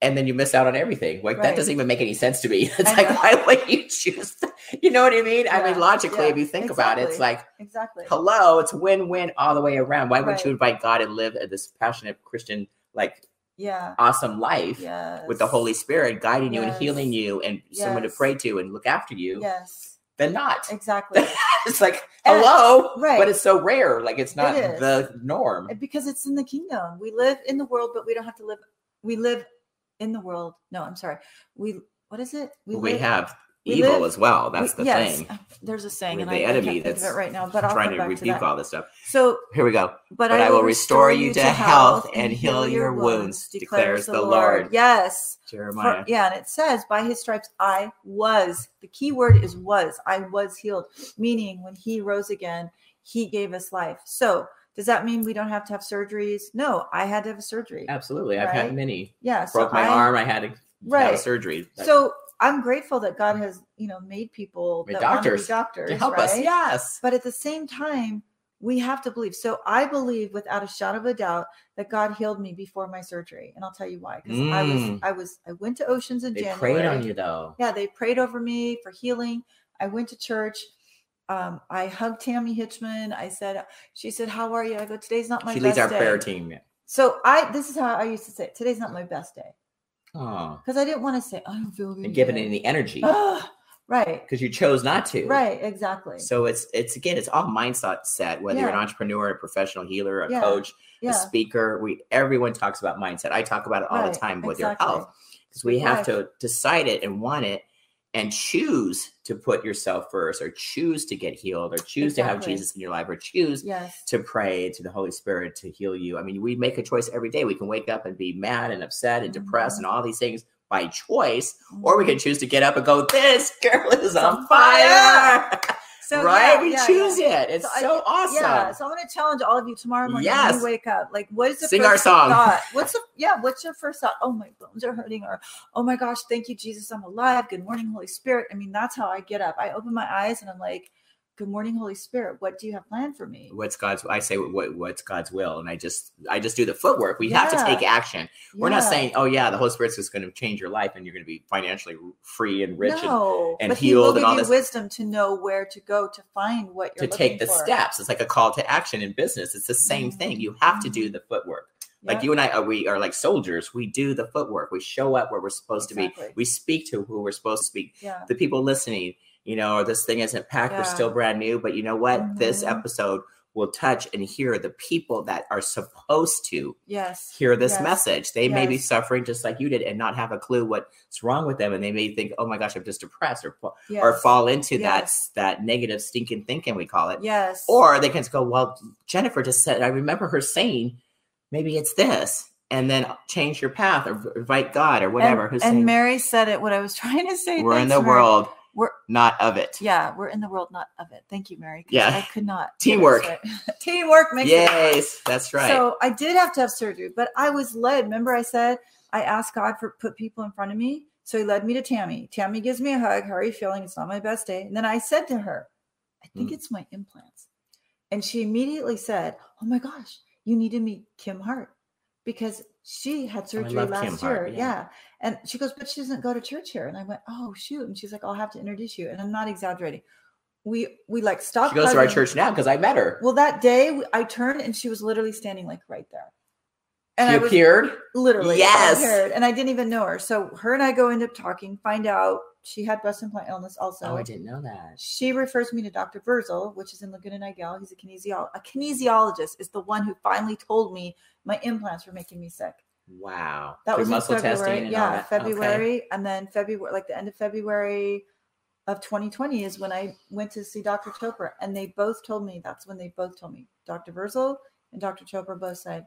and then you miss out on everything. Like that Right. doesn't even make any sense to me. It's I like know. why would you choose? that? You know what I mean? I Yeah, mean logically, yeah, if you think about it, it's exactly. like exactly. hello, it's win-win all the way around. Why wouldn't Right. you invite God and live a- this passionate Christian, like Yeah. awesome life Yes. with the Holy Spirit guiding you and Yes. healing you and someone to Yes. pray to and look after you? Yes. Then not. Exactly. it's like And- hello, right. but it's so rare. Like it's not is. the norm. because it's in the kingdom. We live in the world, but we don't have to live. We live in the world. No, I'm sorry. We what is it? We, live- have we evil live- as well. That's we- the yes. thing. there's a saying, We're and the I, I enemy can't think of that's it right now. But I'll trying come to back to rebuke that. all this stuff. So, Here we go. but, I will restore you to health and heal your wounds, declares the Lord. Yes. For- Jeremiah. yeah, and it says, by his stripes I was. The key word is was. I was healed, meaning when he rose again, he gave us life. So, does that mean we don't have to have surgeries? No, I had to have a surgery. Absolutely. I've Right? had many. Yeah, so Broke my I- arm. I had to have Right. a surgery. That- So, I'm grateful that God has, you know, made people Made that wanna be doctors to doctors to help us. right? Yes. But at the same time, we have to believe. So I believe without a shadow of a doubt that God healed me before my surgery. And I'll tell you why. Because I was Mm. I was I went to Oceans in They January. prayed on you though. Yeah, they prayed over me for healing. I went to church. Um, I hugged Tammy Hitchman. I said, she said, How are you? I go, today's not my She best leads our day. prayer team. So I this is how I used to say it. Today's not my best day. Oh. Because I didn't want to say, I don't feel good. And giving it today." any energy Ah, right. because you chose not to. Right, exactly. So it's it's again it's all mindset set whether you're an Yeah. entrepreneur, a professional healer, a Yeah. coach, yeah. a speaker. We everyone talks about mindset. I talk about it all the Right, time with exactly. your health because we have Right. to decide it and want it and choose to put yourself first or choose to get healed or choose to have Exactly. Jesus in your life or choose Yes. to pray to the Holy Spirit to heal you. I mean, we make a choice every day. We can wake up and be mad and upset and depressed Mhm. and all these things by choice, Mm-hmm. or we can choose to get up and go, This girl is on on fire. So, right? yeah, we yeah, choose yeah. it. It's I- so, awesome. Yeah, so I'm going to challenge all of you tomorrow morning when Yes. you wake up. Like, what is the Sing first our song. thought? What's the yeah? What's your first thought? Oh, my bones are hurting, or oh my gosh, thank you Jesus, I'm alive. Good morning, Holy Spirit. I mean, that's how I get up. I open my eyes and I'm like, Good morning, Holy Spirit. What do you have planned for me? What's God's? I say what, what's God's will, and I just I just do the footwork. We have to Yeah. take action. We're not Yeah. saying, oh yeah, the Holy Spirit's just going to change your life, and you're going to be financially free and rich, and no, and but he will healed and give all you this. wisdom to know where to go to find what you're to take the looking for. Mm-hmm. steps. It's like a call to action in business. It's the same thing. You have to do the footwork. Like Yep, you and I, are, we are like soldiers. We do the footwork. We show up where we're supposed to Exactly. be. We speak to who we're supposed to speak. yeah, The people listening, you know, or this thing isn't packed. We're Yeah. still brand new, but you know what? This Mhm. episode will touch and hear the people that are supposed to yes, hear this Yes. message. They may be Yes. suffering just like you did and not have a clue what's wrong with them. And they may think, oh my gosh, I'm just depressed or, fa- yes. or fall into Yes. that, that negative stinking thinking we call it. Yes, Or they can just go, well, Jennifer just said, I remember her saying, maybe it's this, and then change your path or invite God or And- whatever. And, who's saying, Mary said it. What I was trying to say. we're in Thanks, the Mary. world, We're not of it. yeah, we're in the world, not of it. Thank you, Mary. 'cause Yeah. I could not. Teamwork. Teamwork makes it happen. Yes, that's right. So I did have to have surgery, but I was led. Remember, I said I asked God for put people in front of me. So he led me to Tammy. Tammy gives me a hug. How are you feeling? It's not my best day. And then I said to her, I think Mm. it's my implants. And she immediately said, Oh my gosh, you need to meet Kim Hart because she had Oh, I surgery love Kim last year. Hart, yeah. yeah. And she goes, But she doesn't go to church here. And I went, Oh shoot. And she's like, I'll have to introduce you. And I'm not exaggerating. We we like stopped. she goes to our hugging. church now because I met her. uh, Well, that day w- I turned and she was literally standing like right there. And she I was appeared. literally Yes. appeared, and I didn't even know her. So her and I go into talking, find out she had breast implant illness also. oh, I didn't know that. She refers me to Dr. Verzel, which is in Laguna Niguel. He's a kinesiologist. A kinesiologist is the one who finally told me my implants were making me sick. Wow. That Through was in muscle testing. February. And all Yeah, that. Okay. February. And then February, like the end of February of 2020 is when I went to see Dr. Chopra. And they both told me, that's when they both told me, Dr. Verzel and Dr. Chopra both said,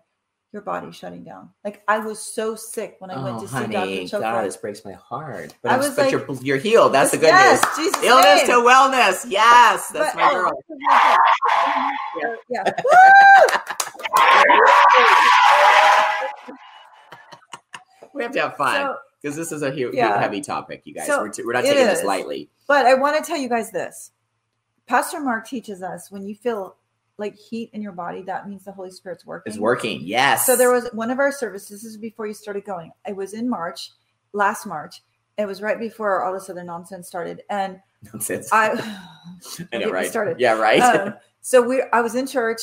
your body's shutting down. Like I was so sick when I went Oh, to honey, see Dr. Chopra. God, this breaks my heart. But, I I'm- was but like- you're, you're healed. That's the good yes, news. Jesus Illness name. to wellness. Yes, that's But- my oh, girl. yeah. Yeah. We have to have fun So, because this is a huge, Yeah. heavy topic, you guys. So, we're, t- we're not it taking this is. lightly. But I want to tell you guys this. Pastor Mark teaches us when you feel like heat in your body, that means the Holy Spirit's working. It's working. Yes. So there was one of our services, this is before you started going. It was in March, last March. It was right before all this other nonsense started. And nonsense. I, I I'll know, get me right? started. Yeah, right. Um, so we I was in church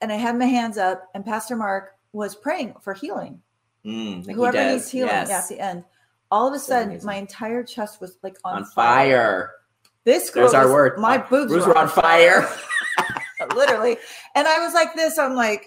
and I had my hands up and Pastor Mark was praying for healing. Mm, like he Whoever does. needs healing Yes. yeah, at the end. All of a sudden, amazing. my entire chest was like on, on fire. This girl There's our was- word. My Uh, boobs Roots were on fire. literally. And I was like this. I'm like,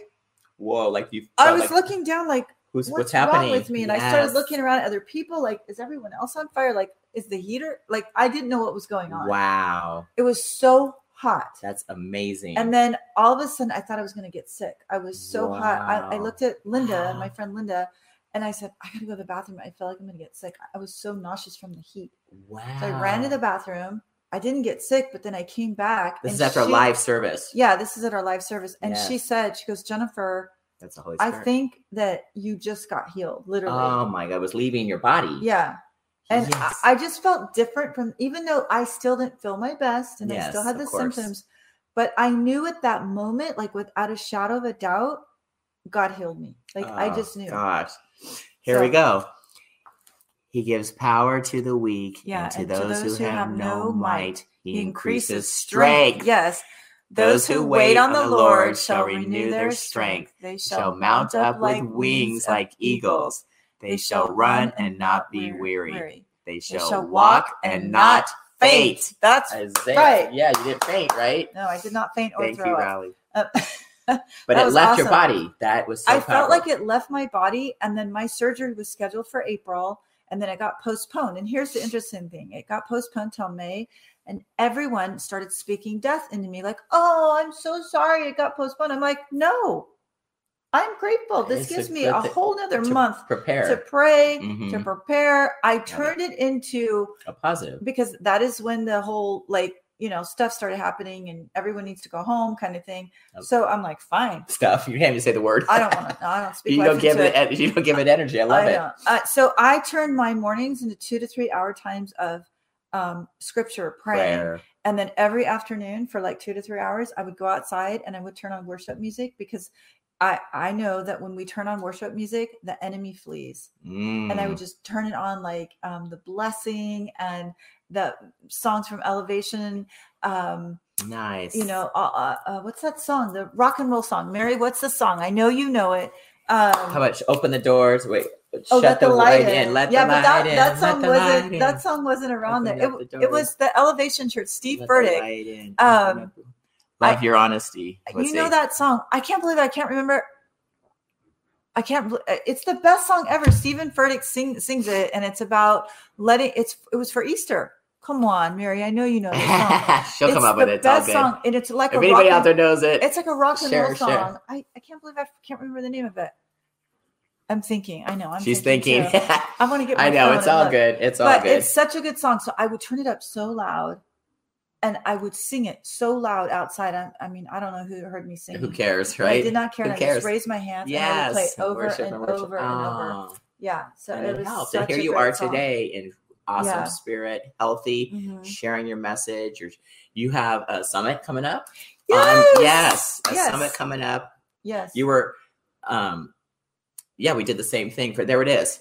Whoa, like you. I felt was like, looking down like, who's what's, what's, happening wrong with me? And I Yes. started looking around at other people, like, is everyone else on fire? Like, is the heater? Like, I didn't know what was going on. Wow, It was so hot. that's amazing. And then all of a sudden, I thought I was going to get sick. I was so hot. I, I Wow. looked at Linda, my friend Linda, and I said, I got to go to the bathroom. I feel like I'm going to get sick. I was so nauseous from the heat. wow, So I ran to the bathroom. I didn't get sick, but then I came back. this and is after she- live service. Yeah, this is at our live service. And she Yes. said, she goes, Jennifer, That's the Holy I Spirit. think that you just got healed, literally. Oh my God, it was leaving your body. yeah. And I- Yes. I, just felt different from, even though I still didn't feel my best and I still Yes, had of the course. symptoms, but I knew at that moment, like without a shadow of a doubt, God healed me. Like I Oh, just knew. Gosh, here we So- go. He gives power to the weak, Yeah, and to, those, who have, no might, he increases strength. Yes. Those who wait on the Lord shall renew their strength. They shall mount up with wings like eagles. They shall run and not be weary. They shall walk and not faint. That's Isaiah. right. Yeah, you didn't faint, right? no, I did not faint or Thank you, throw up. Riley. Uh, But That it was left your awesome. body. That was so I felt like powerful. it left my body, and then my surgery was scheduled for April, and then it got postponed. And here's the interesting thing: it got postponed till May, and everyone started speaking death into me, like, "Oh, I'm so sorry it got postponed." I'm like, "No, I'm grateful. This It's a gives me good a thing whole nother to month prepare to pray, to Mhm. prepare." I turned it into a positive. because that is when the whole like you know stuff started happening, and everyone needs to go home kind of thing. Okay. So I'm like, "Fine." Stuff. You can't even say the word. I don't want to. I don't speak. you life don't give into it. en- You don't give it energy. I love I it. don't. Uh, so I turn my mornings into two to three hour times of um, scripture praying, Prayer. and then every afternoon for like two to three hours, I would go outside and I would turn on worship music because I I know that when we turn on worship music, the enemy flees, and Mm, I would just turn it on like um, the blessing and the songs from Elevation. Um, Mm, nice. you know, uh, uh, uh, what's that song? The rock and roll song, Mary. What's the song? I know you know it. Um, How about sh- open the doors? Wait, Oh, shut let the, light in. Let yeah, the light but that, in. that let song the wasn't light in. that song wasn't around Open there. up It, the it was the Elevation Church, Steve Let the Furtick. light in. Um, Open up- Love your honesty. You Let's know see. that song? I can't believe I can't remember. I can't. bel- uh, It's the best song ever. Stephen Furtick sing, sings it, and it's about letting. It's it was for Easter. Come on, Mary. I know you know this song. She'll It's come up the with it. It's all best good. song, and it's like if a rock anybody out and- there knows it, It's like a rock and roll Share, share. song. I, I can't believe I f- can't remember the name of it. I'm thinking. I know. I'm she's thinking. too. I want to get. I my know. phone It's and all look. good. It's all but good. it's such a good song. So I would turn it up so loud and I would sing it so loud outside. I, I mean, I don't know who heard me sing. Who cares, I right? did not care. Who and I cares? just raised my hands and I would play Yes. it over worship and, worship. over and over. Ah, Yeah. So and it it was helps. such And here a you great are song. today in awesome Yeah. spirit, healthy, Mhm. sharing your message. You're, you have a summit coming up. Yes. On, yes, a Yes. summit coming up. Yes. You were, um, yeah, we did the same thing. For there it is.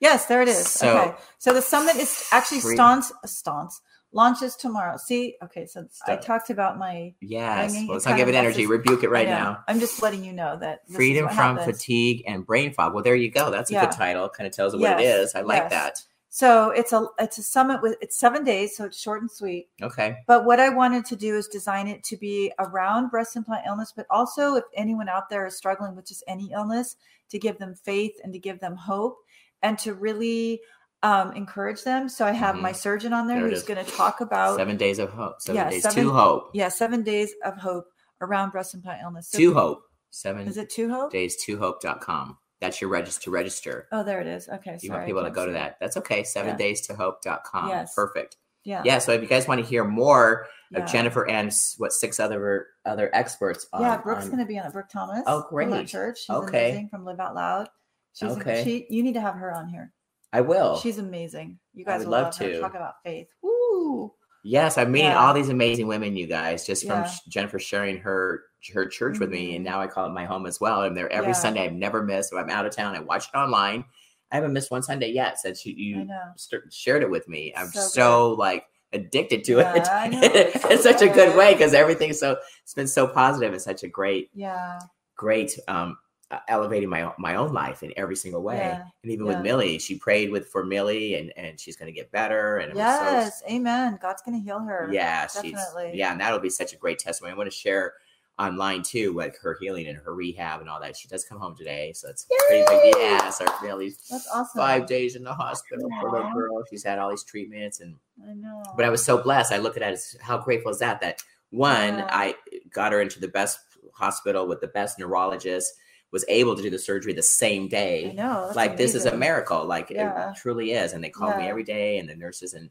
Yes, there it is. So- okay. So the summit is actually Free- stance stance launches tomorrow. See, okay, so I Stop. talked about my Yes. mean, well, it let's not kind give of it energy. messes- Rebuke it right I know. now. I'm just letting you know that this is Freedom what from happens. fatigue and brain fog. Well, there you go. That's a Yeah. good title. Kind of tells it what it Yes, is. I like yes. that. So it's a it's a summit with it's seven days, so it's short and sweet. Okay. But what I wanted to do is design it to be around breast implant illness, but also if anyone out there is struggling with just any illness, to give them faith and to give them hope and to really um, encourage them. So I have my surgeon on there, Mm-hmm. There it who's is. going to talk about Seven days of hope. Seven Oh, yeah, days seven- to hope. yeah seven days of hope around breast implant illness. So To hope. Seven is it two hope? days to hope.com. That's your register to register. Oh, there it is. Okay, you sorry, want I people to can't go see to it. that. That's okay. Seven Yeah. days to hope.com. Yes. Perfect. Yeah, Yeah. So if you guys want to hear more yeah. of Jennifer and s- what six other other experts on, yeah, um, Brooke's on- going to be on it. Brooke Thomas. Oh, From our great. church. She's Okay. amazing from Live Out Loud. She's Okay. she, you need to have her on here. I will. She's amazing. You I guys would will love love, her. to. Talk about faith. Woo. Yes, I'm meeting Yeah. all these amazing women, you guys, just from Yeah. sh Jennifer sharing her her church with me, and Mhm. now I call it my home as well. I'm there every Yeah. Sunday. I've never missed. If I'm out of town, I watch it online. I haven't missed one Sunday yet since you, I you know. st- shared it with me. I'm so, So like addicted to Yeah, it. I know. it's It's so such a good good. way because everything's so it's been so positive and such a great Yeah. great um uh, elevating my my own life in every single way. Yeah, And even yeah. with Millie, she prayed with for Millie, and and she's going to get better. And it was so Yes. Amen. God's going to heal her. yeah, she's, Definitely. yeah, and that'll be such a great testimony. I want to share online too, like her healing and her rehab and all that. She does come home today, so it's pretty big deal. Yeah, so nearly That's awesome. five days in the hospital for Aw. little girl. She's had all these treatments and I know. but I was so blessed. I look at it as how grateful is that that one, Yeah. I got her into the best hospital with the best neurologist, was able to do the surgery the same I day. know. that's Like this is a amazing. miracle. Like Yeah. it truly is. And they call me Yeah. every day and the nurses and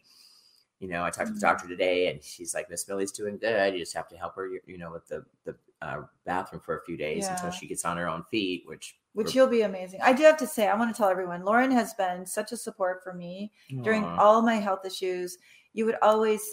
you know, I talked to the Mhm. doctor today and she's like, Miss Millie's doing good. You just have to help her, you, you know, with the the uh, bathroom for a few days Yeah. until she gets on her own feet, which Which you'll be amazing. I do have to say, I want to tell everyone, Lauren has been such a support for me during Aw. all my health issues. You would always,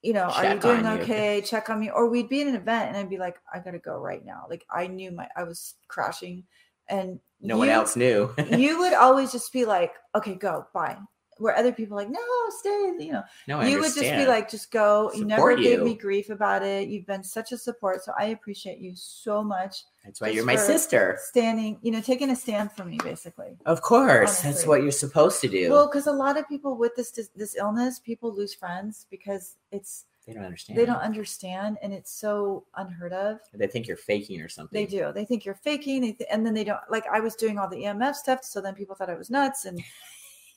you know, are you Check doing on you. okay? Check on me. Or we'd be at an event and I'd be like, I gotta go right now. Like I knew my I was crashing and no one you- else knew. you would always just be like, okay, go, bye. Where other people are like, no, stay, you know, no, Oh, I you would just be understand. like, just go. You never Support gave you. me grief about it. You've been such a support. So I appreciate you so much That's why just you're my for sister. standing, you know, taking a stand for me basically. Of course, that's Honestly. what you're supposed to do. Well, because a lot of people with this dis- this illness, people lose friends because it's they don't understand. they don't understand and it's so unheard of. They think you're faking or something. They do. They think you're faking, they th- and then they don't. Like I was doing all the EMF stuff, so then people thought I was nuts and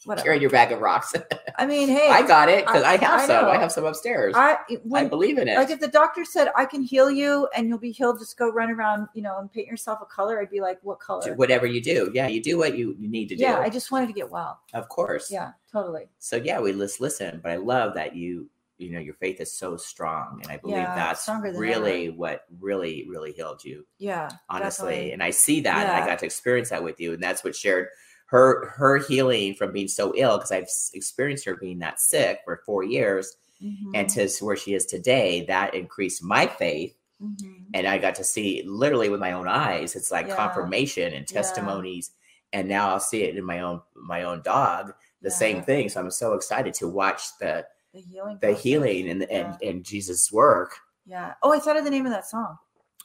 whatever. Carry your bag of rocks. I mean, hey, I got it because I, I- have I some. I know. have some upstairs. I, I when believe in it. Like if the doctor said, "I can heal you and you'll be healed," just go run around, you know, and paint yourself a color. I'd be like, "What Do color?" Whatever you do, yeah, you do what you you need to do. yeah, I just wanted to get well. of course. Yeah, totally. So yeah, we just listen. But I love that you you know your faith is so strong, and I believe Yeah, that's stronger than really what really really healed you. Yeah, honestly definitely. and i see that and i Yeah. got to experience that with you and that's what shared her her healing from being so ill because i've s- experienced her being that sick for four years Mhm, and to s- where she is today that increased my faith mhm. and i got to see literally with my own eyes it's like Yeah. confirmation and Yeah. testimonies and now i'll see it in my own my own dog the same Yeah. thing so i'm so excited to watch the the healing, the process. healing and yeah. and, and jesus work yeah. Oh, I thought of the name of that song.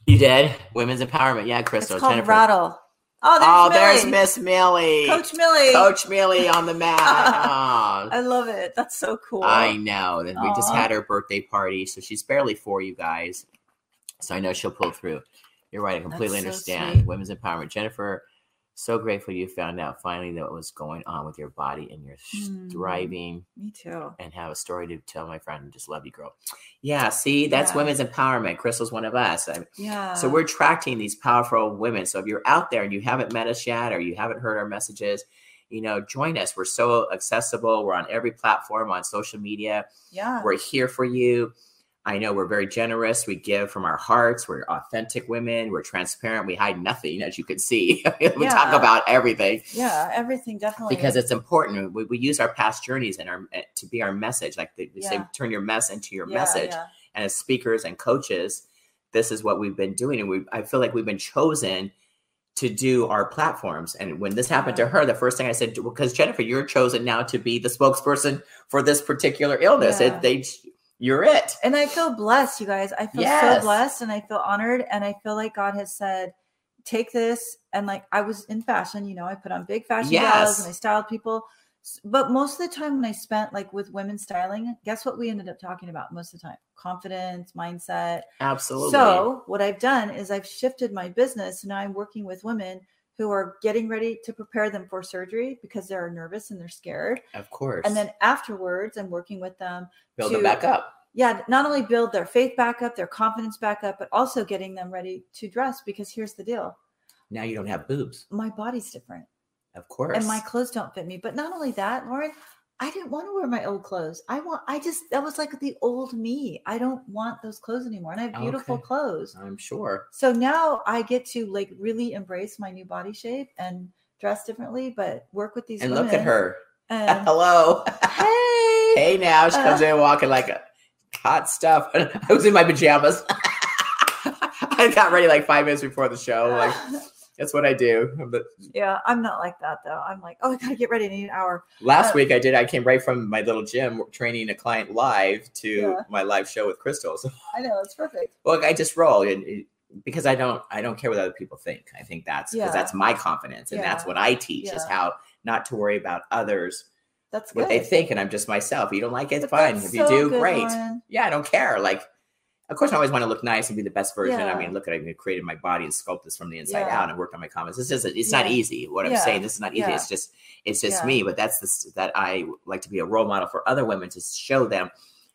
you did women's empowerment yeah It's crystal called Jennifer. Rattle. oh Oh, there's, there's Millie. miss millie Coach Millie. Coach Millie on the mat. Oh, I love it. That's so cool. I know. And We just Aw. had her birthday party, so she's barely for you guys. So I know she'll pull through. You're right. I completely so understand. sweet. Women's empowerment. Jennifer, so grateful you found out finally that what was going on with your body and you're sh- Mm. thriving Me too. and have a story to tell my friend. Just love you, girl. Yeah, see, that's Yeah. Uh. women's empowerment. Crystal's one of us. I- Yeah. so we're attracting these powerful women. So if you're out there and you haven't met us yet or you haven't heard our messages, you know, join us. We're so accessible. We're on every platform on social media. yeah. We're here for you. I know we're very generous. We give from our hearts. We're authentic women. We're transparent. We hide nothing, as you can see. we talk Yeah. about everything yeah. Everything definitely because it's important. We, we use our past journeys and our eh, to be our message. Like they, they say, Yeah. turn your mess into your Yeah, message yeah. and as speakers and coaches, this is what we've been doing. And we I feel like we've been chosen to do our platforms. And when this happened to Yeah. her, the first thing I said, because Jennifer, you're chosen now to be the spokesperson for this particular illness. It- Yeah. they, you're it. And I feel blessed, you guys. I feel Yes. so blessed and I feel honored. And I feel like God has said, take this. And like I was in fashion, you know, I put on big fashion Yes. dolls and I styled people. S- But most of the time when I spent like with women styling, guess what we ended up talking about most of the time? Confidence, mindset. Absolutely. So what I've done is I've shifted my business. and Now I'm working with women who are getting ready to prepare them for surgery because they're nervous and they're scared. of course. And then afterwards, I'm working with them build them to- back up. yeah, not only build their faith back up, their confidence back up, but also getting them ready to dress because here's the deal. Now you don't have boobs. My body's different Of course. and my clothes don't fit me. But not only that, Lauren, I didn't want to wear my old clothes. I want I just that was like the old me. I don't want those clothes anymore. And I have beautiful Okay. clothes. I'm sure. So now I get to like really embrace my new body shape and dress differently, but work with these And women look at her. and- Hello. hey, hey now. She Uh. comes in walking like a hot stuff. I was in my pajamas. I got ready like five minutes before the show. Like that's what Oh, I do. But yeah, I'm not like that though. I'm like, oh, I gotta get ready. I need an hour. last Uh, week I did. I came right from my little gym training a client live to Yeah. my live show with Crystal. So I know it's perfect. look, I just roll and. and- because I don't, I don't care what other people think. I think that's because Yeah. that's my confidence, and that's Yeah. what I teach is Yeah. how not to worry about others That's good. what they think, and I'm just myself. You don't like it, But fine. If that's you so do, good, great. Lauren. yeah, I don't care. Like Of course, I always want to look nice and be the best version. Yeah. I mean, look at I created my body and sculpted this from the inside Yeah. out and worked on my comments. This is it's not Yeah. easy. What I'm Yeah. saying, this is not easy. Yeah. It's just it's just Yeah. me. But that's this that I like to be a role model for other women to show them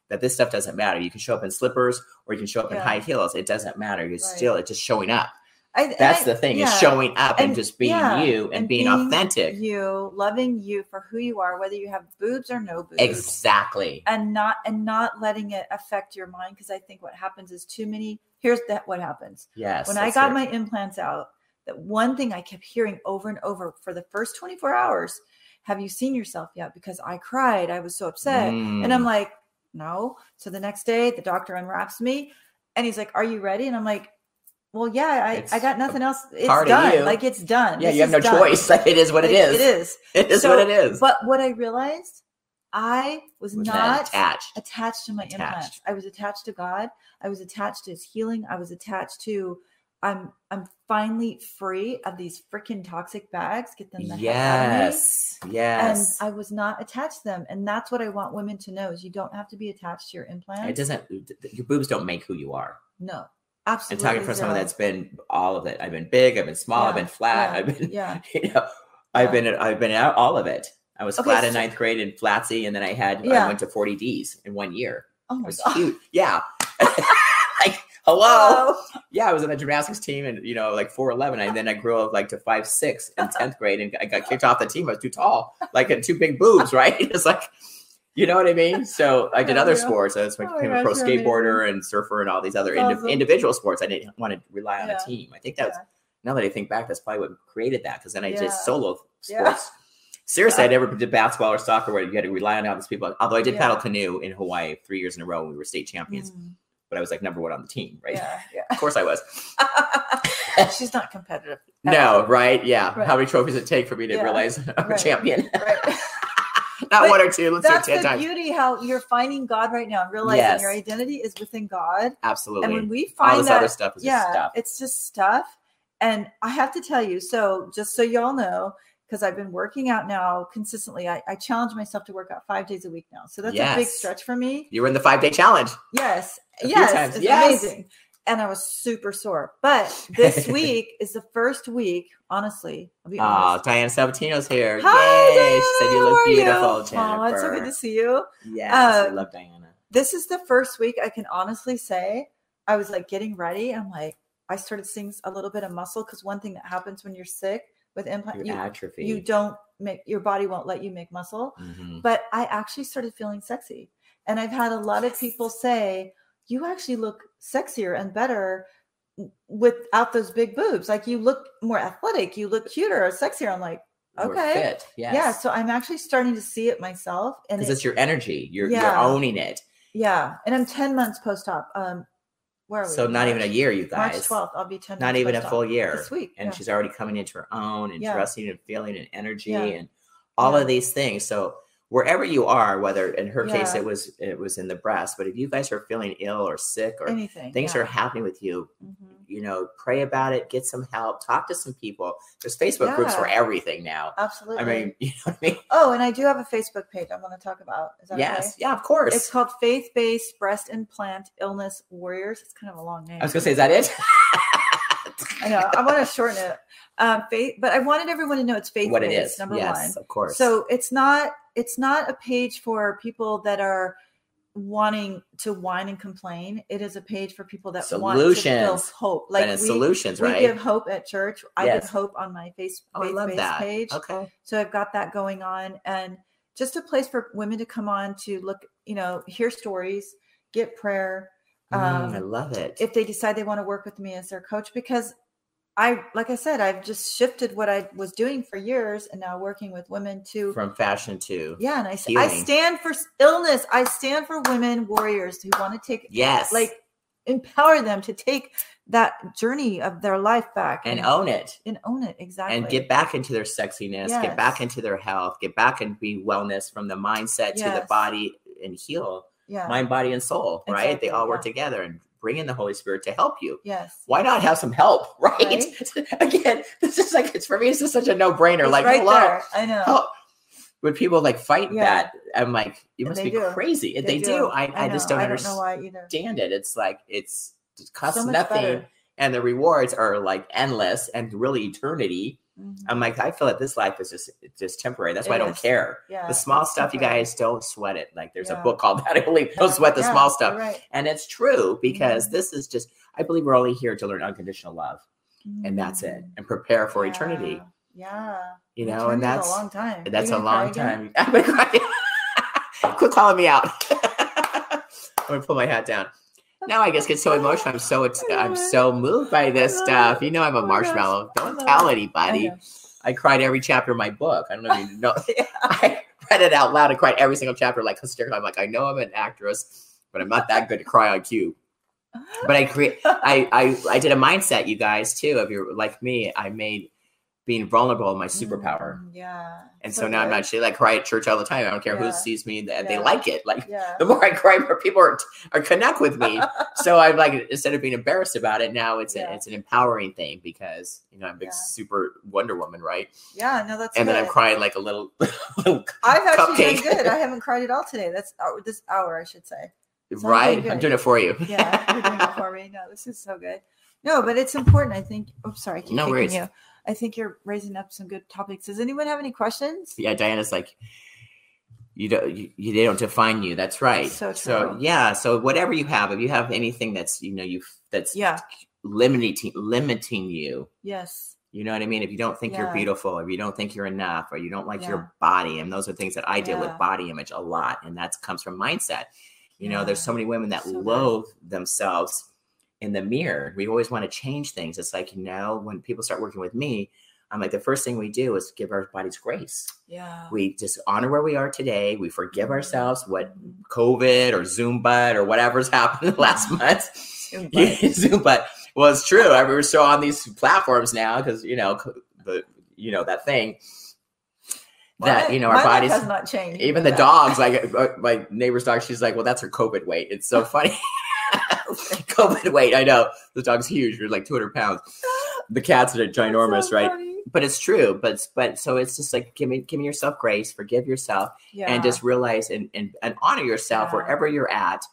that this stuff doesn't matter. You can show up in slippers or you can show up in Yeah. high heels. It doesn't matter. You're Right. still it's just showing up. I, and That's I- the thing yeah. is showing up and, And- just being yeah, you and, being, authentic. You loving you for who you are, whether you have boobs or no boobs. Exactly. and not and not letting it affect your mind because I think what happens is too many. Here's that what happens Yes. when I that's got it. my implants out. That one thing I kept hearing over and over for the first 24 hours: Have you seen yourself yet? Because I cried, I was so upset, and I'm Mm. like, no. So the next day, the doctor unwraps me, and he's like, "Are you ready?" And I'm like, "Well, yeah, It's I, I got nothing else. It's part of you. done. Like it's done. yeah, This you have is no done. choice. Like it is what it Like, is. It is. It is So- what it is. But what I realized, I was With that not attached. attached to my Attached. implants. I was attached to God. I was attached to His healing. I was attached to. I'm I'm finally free of these freaking toxic bags. Get them the heck out of me. Yes. Yes. And I was not attached to them, and that's what I want women to know: is you don't have to be attached to your implants. it doesn't your boobs don't make who you are. No, I'm absolutely. talking for someone zero. that's been all of it. I've been big, I've been small, I've Yeah, been flat, yeah, I've been yeah. you know, I've Yeah. been I've been out all of it. I was Okay, flat in so- ninth grade and flatsy, and then I had I Yeah. went to 40 D's in one year. Oh It my was god. huge. Yeah. like, hello. Oh. Yeah, I was on the gymnastics team and you know, like four eleven. And then I grew up like to five six in tenth grade and I got kicked off the team. I was too tall, like and two big boobs, right? It's like you know what I mean? So I did Yeah, other yeah. sports. I was Oh my became a pro gosh, you're amazing. skateboarder and surfer and all these other That's indi- awesome. individual sports. I didn't want to rely on Yeah. a team. I think that's now that I think back, that's probably what created that because then I Yeah. did solo Yeah. sports. Seriously, I Yeah. never did basketball or soccer where you had to rely on all these people. Although I did Yeah. paddle canoe in Hawaii three years in a row when we were state champions, Mm, but I was like number one on the team, right? yeah, Of course I was. yeah. She's not competitive. at all. No, right? Yeah. Right. How many trophies it take for me to Yeah. realize I'm a Right. champion? Right. Not But one or two. Let's That's do it ten the times. beauty how you're finding God right now and realizing Yes. your identity is within God. And Absolutely. when we All find this that, other stuff is yeah, just stuff. it's just stuff. And I have to tell you, so just so y'all know, because I've been working out now consistently, I, I challenge myself to work out five days a week now. So that's a big Yes. stretch for me. You were in the five day challenge. Yes. A few yes. times. It's Yes. amazing. And I was super sore. But this week is the first week, honestly, I'll be honest. Oh, Diana Sabatino's here. Hi, Yay. She said you Diana, look how beautiful, are you? Jennifer. Oh, it's so good to see you. Yes, I Um, love Diana. This is the first week I can honestly say I was like getting ready. I'm like, I started seeing a little bit of muscle because one thing that happens when you're sick with implant, Your you, atrophy. you don't make your body won't let you make muscle. Mhm. But I actually started feeling sexy. And I've had a lot of people say, you actually look sexier and better w- without those big boobs. Like you look more athletic, you look cuter or sexier. I'm like, You're Okay. fit. Yes. yeah. So I'm actually starting to see it myself. And Because it- it's your energy. You're, you're Yeah. owning it. yeah, and I'm ten months post op. Um, where are we? So not even a March- year, you March guys. twelfth, I'll be ten. Not months even a post-op full year. This week, and yeah. she's already coming into her own and Yeah. dressing and feeling and energy Yeah. and all Yeah. of these things so wherever you are whether in her case Yeah. it was it was in the breast but if you guys are feeling ill or sick or anything. things yeah. are happening with you Mhm. you know pray about it get some help talk to some people there's facebook groups for Yeah. everything now absolutely. i mean you know what i mean oh, and I do have a Facebook page. I'm going to talk about. Is that yes okay? yeah of course It's called Faith Based Breast Implant Illness Warriors. It's kind of a long name. i was gonna say is that it I know. I want to shorten it. Um, faith, but I wanted everyone to know it's faith what it based. is Number one. yes of course So it's not it's not a page for people that are wanting to whine and complain. It is a page for people that want to build Solutions. hope. like Like and it's we, solutions we right give hope at church. I Yes. give hope on my face oh i love faith-based that page. okay So I've got that going on and just a place for women to come on to look, you know, hear stories, get prayer. Mm, i Um, love it If they decide they want to work with me as their coach, because I, like I said, I've just shifted what I was doing for years and now working with women to from fashion to yeah, and I s- I Healing. stand for s- illness. I stand for women warriors who want to take yes like empower them to take that journey of their life back and own it and own it exactly and get back into their sexiness, get back Yes. into their health, get back and be wellness from the mindset to the Yes. body and heal yeah mind, body, and soul, right? They Exactly, all work yeah. together and bring in the Holy Spirit to help you. yes Why not have some help, right? Right. Again, this is like it's for me. It's just such a no brainer. It's Like, right hello, there I know help. would people like fight Yeah. that? I'm like, you And must they be do. crazy. If they, do, I, I, know. just don't, I don't know understand why either. it. It's like it's it costs So much nothing, better. and the rewards are like endless and really eternity. Mhm. I'm like, I feel that this life is just it's just temporary. That's why I It don't is. care. Yeah. The small stuff, you temporary. guys don't sweat it. Like there's Yeah. a book called that. I believe don't sweat the Yeah, small you're stuff. Right. Mm-hmm. And it's true because this is just, I believe we're only here to learn unconditional love and that's it Mm. and prepare for eternity, Yeah. you know, and Eternity's that's, a long time. and that's You a gonna cry long again? time. I'm gonna cry. Quit calling me out. I'm going to pull my hat down. Now I just get so emotional. I'm so, ex- I I'm love it. so moved by this I love stuff. it. You know, I'm a Oh my gosh. marshmallow. I Don't love tell it. I anybody. know. I cried every chapter of my book. I don't know if you know. I read it out loud and cried every single chapter, like hysterical. I'm like, I know I'm an actress, but I'm not that good to cry on cue. But I create, I, I, I did a mindset, you guys, too. If you're like me, I made being vulnerable my superpower, Mm, yeah. and so, now I'm good. not actually like cry at church all the time. I don't care who Yeah. sees me; that they Yeah. like it. Like Yeah. the more I cry, more people are, are connect with me. so I'm like, instead of being embarrassed about it, now it's Yeah. a, it's an empowering thing because you know I'm a big Yeah. super Wonder Woman, right? Yeah. No, that's and good. then I'm crying like a little, little I've actually cupcake. done good. I haven't cried at all today. That's hour, this hour, I should say. Sounds really right. I'm good. doing it for you. Yeah, you're doing it for me. No, this is so good. No, but it's important. I think. Oh, sorry. I keep No kicking worries. You. I think you're raising up some good topics. Does anyone have any questions? yeah, Diana's like, you don't, you, you- they don't define you. That's right. So true. yeah. So whatever you have, if you have anything that's you know you that's Yeah. limiting limiting you. Yes. You know what I mean? If you don't think Yeah. you're beautiful, if you don't think you're enough, or you don't like Yeah. your body, and those are things that I deal Yeah. with body image a lot, and that comes from mindset. You know, there's Yeah. so many women that So good. loathe themselves in the mirror. We always want to change things. It's like, you know, when people start working with me, I'm like, the first thing we do is give our bodies grace. Yeah. We just honor where we are today. We forgive Mhm. ourselves what Mhm. COVID or Zoom butt or whatever's happened in the last month. Zoom Yeah, butt. Zoom butt. Well, it's true. I mean, we're still on these platforms now because you know c- the you know that thing that My- you know my our life bodies. has not changed. Even the You know dogs, like uh, my neighbor's dog, she's like, "Well, that's her COVID weight." It's so funny. COVID weight. I know the dog's huge. We're like 200 pounds. The cats are that. ginormous, So right? funny. But it's true. But but so it's just like giving giving yourself grace, forgive yourself, Yeah. and just realize and, and, and honor yourself Yeah. wherever you're at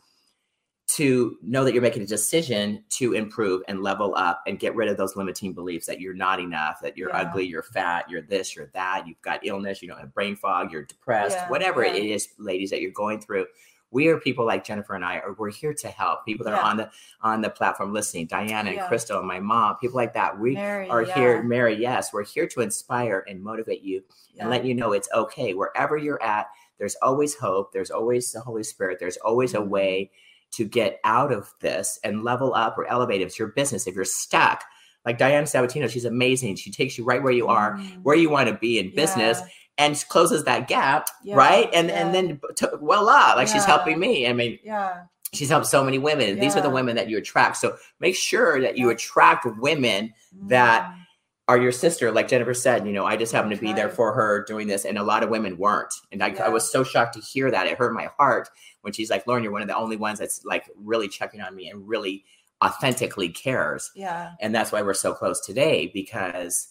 to know that you're making a decision to improve and level up and get rid of those limiting beliefs that you're not enough, that you're Yeah. ugly, you're fat, you're this, you're that, you've got illness, you don't have brain fog, you're depressed, Yeah, whatever yeah. it is, ladies, that you're going through. We are people like Jennifer and I, or we're here to help people that Yeah. are on the on the platform listening, Diana and Yeah. Crystal and my mom, people like that. We Mary, are yeah, here, Mary, yes, we're here to inspire and motivate you yeah. and let you know it's okay wherever you're at there's always hope there's always the holy spirit there's always a Mhm. way to get out of this and level up or elevate if it's your business if you're stuck like diane sabatino she's amazing she takes you right where you are Mm. where you want to be in business Yeah. and closes that gap Yeah, right and and yeah. then to, voila like she's Yeah. helping me i mean yeah. she's helped so many women and these are the Yeah. women that you attract so make sure that you Yeah. attract women that Mm. are your sister, like Jennifer said, you know, I just happened to be there Right. for her doing this. And a lot of women weren't. And I, Yeah. I was so shocked to hear that. It hurt my heart when she's like, Lauren, you're one of the only ones that's like really checking on me and really authentically cares. Yeah. And that's why we're so close today because,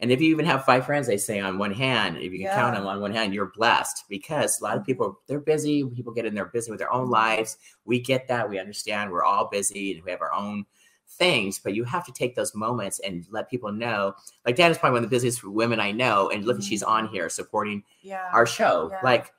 and if you even have five friends, they say on one hand, if you can count Yeah. them on one hand, you're blessed because a lot of people, they're busy. People get in there busy with their own Mhm. lives. We get that. We understand we're all busy and we have our own things, but you have to take those moments and let people know. Like Dana's probably one of the busiest women I know. And look, Mhm. she's on here supporting Yeah. our show. Yeah. Like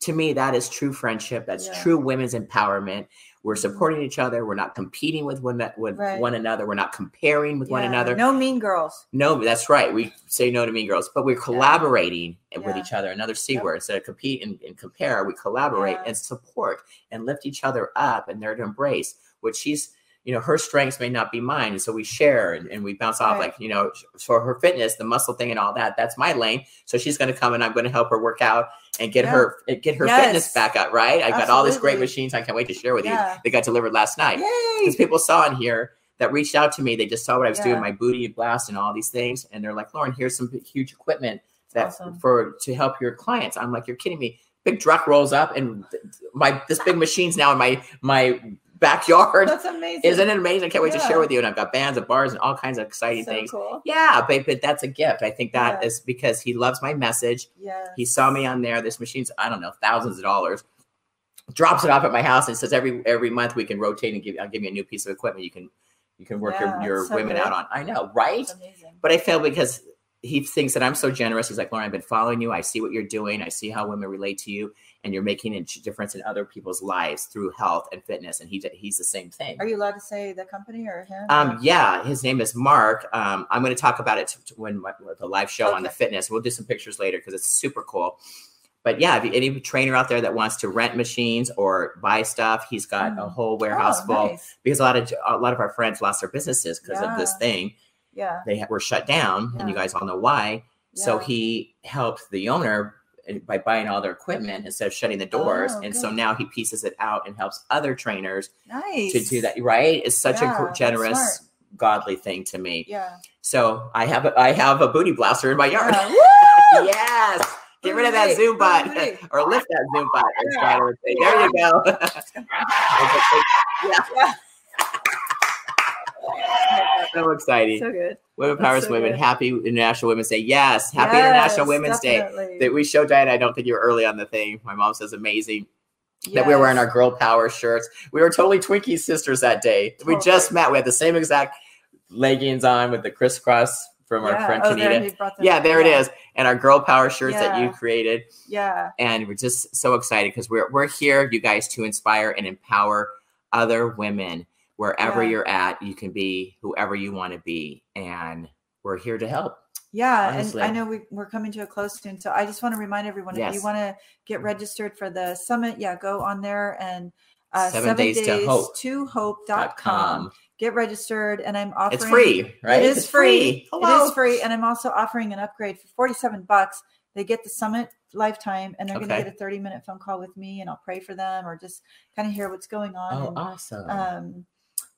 to me, that is true friendship. That's Yeah. true women's empowerment. We're Mhm. supporting each other. We're not competing with one that with Right. one another. We're not comparing with one Yeah. another. No. No mean girls. that's right. We say no to mean girls, but we're collaborating with Yeah. each other. Another C Yep. word. Instead of compete and, and compare, we collaborate Yeah. and support and lift each other up and they're to embrace what she's you know her strengths may not be mine and so we share and, and we bounce off Right. like you know for her fitness the muscle thing and all that that's my lane so she's going to come and i'm going to help her work out and get Yeah. her get her fitness Yes. back up right i got all this great Absolutely. machines i can't wait to share with Yeah. you they got delivered last night Yay. because people saw in here that reached out to me they just saw what i was Yeah. doing my booty blast and all these things and they're like lauren here's some big- huge equipment that awesome. for to help your clients i'm like you're kidding me big truck rolls up and my this big machine's now in my my backyard. That's amazing. Isn't it amazing? I can't wait to Yeah. share with you. And I've got bands and bars and all kinds of exciting so things. cool? Yeah, but, but that's a gift. I think that is Yeah. because he loves my message. Yeah. He saw me on there. This machine's, I don't know, thousands of dollars. Drops it off at my house and says every every month we can rotate and give I'll give you a new piece of equipment you can you can work Yeah, your, your so women good. out on. I know, right? That's amazing. But I feel because he thinks that I'm so generous. He's like, Lauren, I've been following you. I see what you're doing. I see how women relate to you, and you're making a difference in other people's lives through health and fitness. And he d- he's the same thing. Are you allowed to say the company or him? Um, yeah, his name is Mark. Um, I'm going to talk about it t- t- when my, the live show on the Okay. fitness. We'll do some pictures later because it's super cool. But yeah, if you, any trainer out there that wants to rent machines or buy stuff, he's got a Mm. whole warehouse Oh, full nice. because a lot of a lot of our friends lost their businesses because of this Yeah. thing. Yeah. They ha- were shut down, and you Yeah. guys all know why. So yeah. he helped the owner uh, by buying all their equipment instead of shutting the doors. Oh, and so good. now he pieces it out and helps other trainers nice to do that right it's such Yeah, a gr- that's generous smart. godly thing to me Yeah. so i have a, i have a booty blaster in my yard Yeah. yes get rid of that Booty, zoom bot booty. or lift that zoom bot as Yeah. Skylar would say. there you go yeah. so exciting so good. women that's powers so women good. happy international women's day yes happy international women's day that we showed diana i don't think you were early on the thing my mom says amazing that we were wearing our girl power shirts. We were totally Twinkie sisters that day. We just Totally. met. We had the same exact leggings on with the crisscross from our friend Oh, Tanita. yeah, there it is. And our girl power shirts that you Yeah. created. Yeah. And we're just so excited because we're we're here, you guys, to inspire and empower other women wherever Yeah. you're at. You can be whoever you want to be. And we're here to help. Yeah, Honestly. and I know we, we're coming to a close soon, so I just want to remind everyone if Yes. you want to get registered for the summit, yeah, go on there and uh, Seven days to hope. to dot hope.com. Get registered, and I'm offering It's free, right? It is It's free. Hello. It is free, and I'm also offering an upgrade for 47 bucks. They get the summit lifetime, and they're going Okay. to get a 30 minute phone call with me, and I'll pray for them or just kind of hear what's going on. Oh, and, awesome. um, Uh,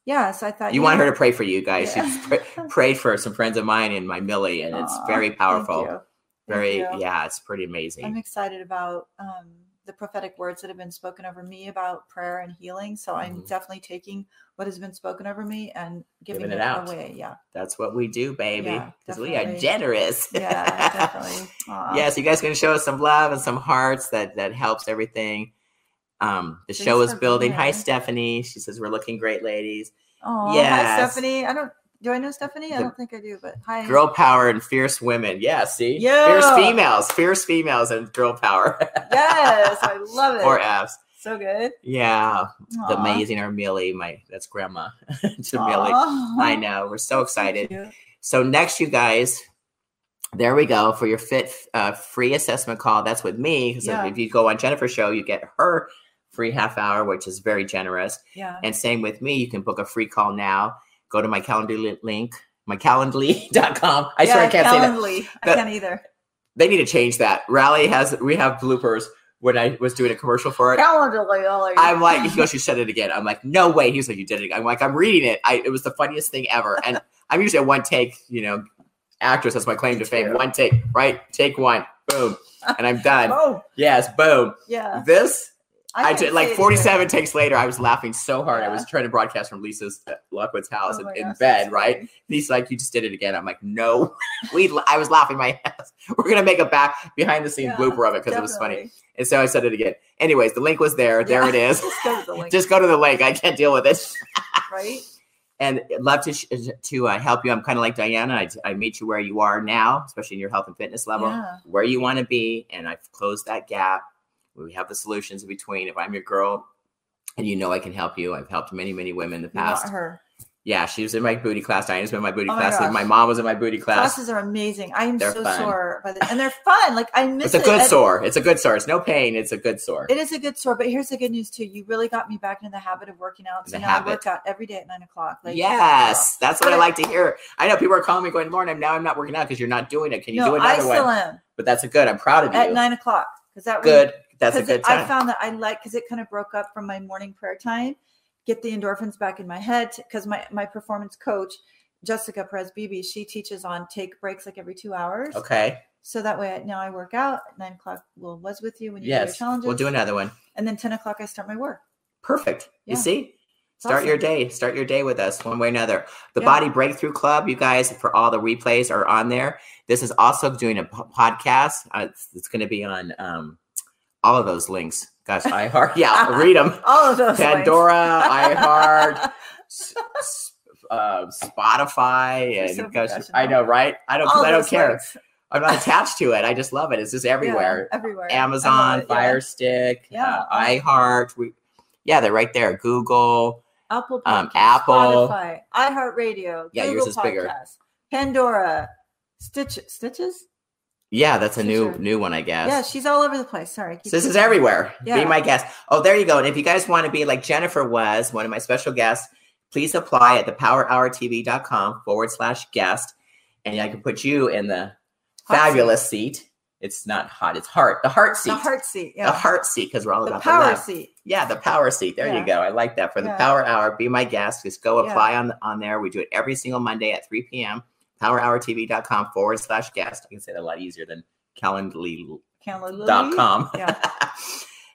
yeah, so I thought you want her to pray for you guys. Yeah. She's pr- prayed for some friends of mine and my Millie, and it's Aw, very thank you. powerful. Thank Very, you. yeah, it's pretty I'm amazing. excited about um, the prophetic words that have been spoken over me about prayer and healing. So I'm Mhm. definitely taking what has been spoken over me and giving, Giving it, it out. away. Yeah. That's what we do, baby, Yeah, because we are definitely. generous. Yeah, definitely. Aw. yes, you guys can show us some love and some hearts. That that helps everything. Um, the Thanks show is for being building. Hi, here. Stephanie. She says we're looking great, ladies. Aw, Yes. Hi, Stephanie. I don't, do I know Stephanie? I The don't think I do, but hi. Girl power and fierce women. Yeah, see, Yeah. fierce females, fierce females, and girl power. Yes. I love it. Or F's. so good. Yeah, the Aw. amazing our Millie. My that's grandma to Aw. Millie. Uh-huh. I know. We're so Thank excited. you. So next, you guys, there we go for your fit uh, free assessment call. That's with me. because Yeah. if you go on Jennifer's show, you get her free half hour, which is very generous. Yeah. And same with me. You can book a free call now. Go to my calendar li- link, my calendly.com. I swear I can't say that. Calendly. That- I can't either. They need to change that. Rally has, we have bloopers when I was doing a commercial for it. Calendly. oh all right. I'm like, he goes, you said it again. I'm like, no way. He's like, you did it. again." I'm like, I'm reading it. I, it was the funniest thing ever. And I'm usually a one take, you know, actress. That's my claim to fame. too. One take, right? Take one, boom, and I'm done. oh, yes, boom. yeah. This I, can't did like see it either. 47 takes later. I was laughing so hard. I Yeah. was trying to broadcast from Lisa's uh, Lockwood's house Oh in, my in gosh, bed, that's right? funny. And he's like, you just did it again. I'm like, no, we. I was laughing my ass. We're gonna make a back behind the scenes Yeah, blooper of it because it was funny. Definitely. And so I said it again. Anyways, the link was there. There Yeah. it is. Just go to the link, just go to the link. I can't deal with it. right? And I'd love to sh- to uh, help you. I'm kind of like Diana. I, I meet you where you are now, especially in your health and fitness level, Yeah. where you want to be. And I've closed that gap. We have the solutions in between. If I'm your girl, and you know I can help you, I've helped many many women in the You want past. her. Yeah, she was in my booty class. Diana's been in my booty Oh my class. and gosh. My mom was in my booty class. Classes are amazing. I am They're so fun. sore by the, and they're fun. Like I miss It's a it. good And sore. It's a good sore. It's no pain. It's a good sore. It is a good sore, but here's the good news too. You really got me back into the habit of working out. So The now habit. I work out every day at nine o'clock. yes, that's what I But- like to hear. I know people are calling me, going, "Lauren, I'm, now I'm not working out because you're not doing it. Can you do no, another I one?" still am but that's a good. I'm proud of you. at nine o'clock because that good. That's a because good I time. found that I like because it kind of broke up from my morning prayer time, get the endorphins back in my head. Because my my performance coach Jessica Perez Beebe, she teaches on take breaks like every two hours. okay. So that way, I, now I work out at nine o'clock. Will was with you when you do your Yes. challenges. We'll do another one. and then ten o'clock I start my work. Perfect. Yeah. You see? Start awesome. your day. Start your day with us one way or another. The Yeah. Body Breakthrough Club, you guys, for all the replays are on there. This is also doing a po- podcast. Uh, it's it's going to be on um, all of those links. Gosh, iHeart. Yeah, read them. All of those. links. Pandora, iHeart, s- s- uh, Spotify, You're and so gosh, professional. I know, right? I don't. 'cause All I those don't care. links. I'm not attached to it. I just love it. It's just Yeah, everywhere. everywhere. I love Amazon, it, yeah. Fire Stick, Yeah. uh, iHeart. We, yeah, they're right there. Google. Apple, Podcasts, Um, Apple. Spotify, iHeartRadio, Yeah, Google yours is bigger. Podcasts, Pandora, Stitch, Stitches. Yeah, that's a new Stitcher. new one, I guess. Yeah, she's all over the place. Sorry, keep So this is going. everywhere. Yeah. Be my guest. Oh, there you go. And if you guys want to be like Jennifer was, one of my special guests, please apply at thepowerhourtv.com forward slash guest. And I can put you in the Hot fabulous seat. It's not hot, it's heart. The heart seat. The heart seat. The Yeah, heart seat, because we're all the, about the power love. seat. Yeah, the power seat. There Yeah. you go. I like that for the Yeah. power hour. Be my guest. Just go Yeah. apply on on there. We do it every single Monday at 3 p.m. Powerhourtv.com forward slash guest. I can say that a lot easier than Calendly Can't dot com. Yeah.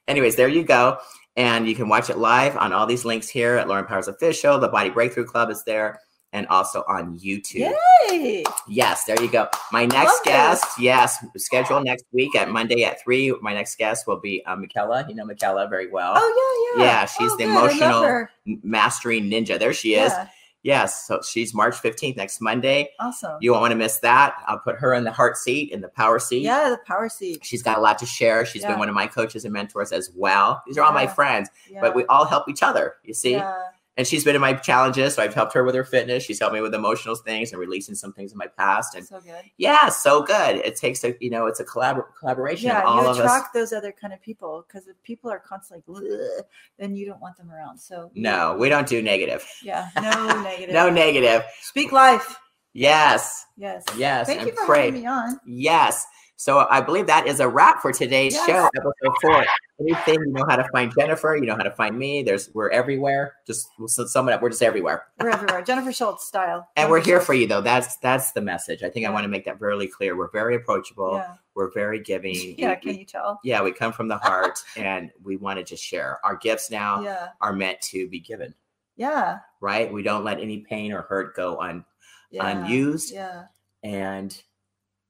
Anyways, there you go. And you can watch it live on all these links here at Lauren Powers Official. The Body Breakthrough Club is there and also on YouTube. Yay! Oh. Yes, there you go. My next Love guest, yes, schedule next week at Monday at three. My next guest will be uh, Michaela. You know Michaela very well. Oh yeah, yeah. Yeah, she's Oh, the good. I love emotional- her. M- Mastering Ninja. There she is. Yeah, Yes. So she's March 15th, next Monday. awesome. You won't want to miss that. I'll put her in the heart seat, in the power seat. yeah, the power seat. She's got a lot to share. She's Yeah. been one of my coaches and mentors as well. These are all my Yeah. friends, Yeah. but we all help each other, you see? Yeah. And she's been in my challenges. So I've helped her with her fitness. She's helped me with emotional things and releasing some things in my past. And So good. yeah, so good. It takes a, you know, it's a collabor- collaboration. Yeah, of all you of us. attract those other kind of people because if people are constantly, "Bleh," then you don't want them around. So No, we don't do negative. yeah, no negative. No negative. Speak life. Yes. Yes. Yes. Thank and you for pray. having me on. Yes. So I believe that is a wrap for today's Yes. show, episode four. Anything you know how to find Jennifer, you know how to find me. There's we're everywhere. Just we'll s- sum it up. We're just everywhere, We're everywhere. Jennifer Schultz style. and we're Jennifer here for you though. That's that's the message. I think I Yeah. want to make that really clear. We're very approachable. Schultz. We're very Yeah. giving. Yeah. We- Can we- you tell? yeah, we come from the heart, and we want to just share our gifts. Now Yeah. are meant to be given, Yeah. right? We don't let any pain or hurt go un- Yeah. unused, Yeah. and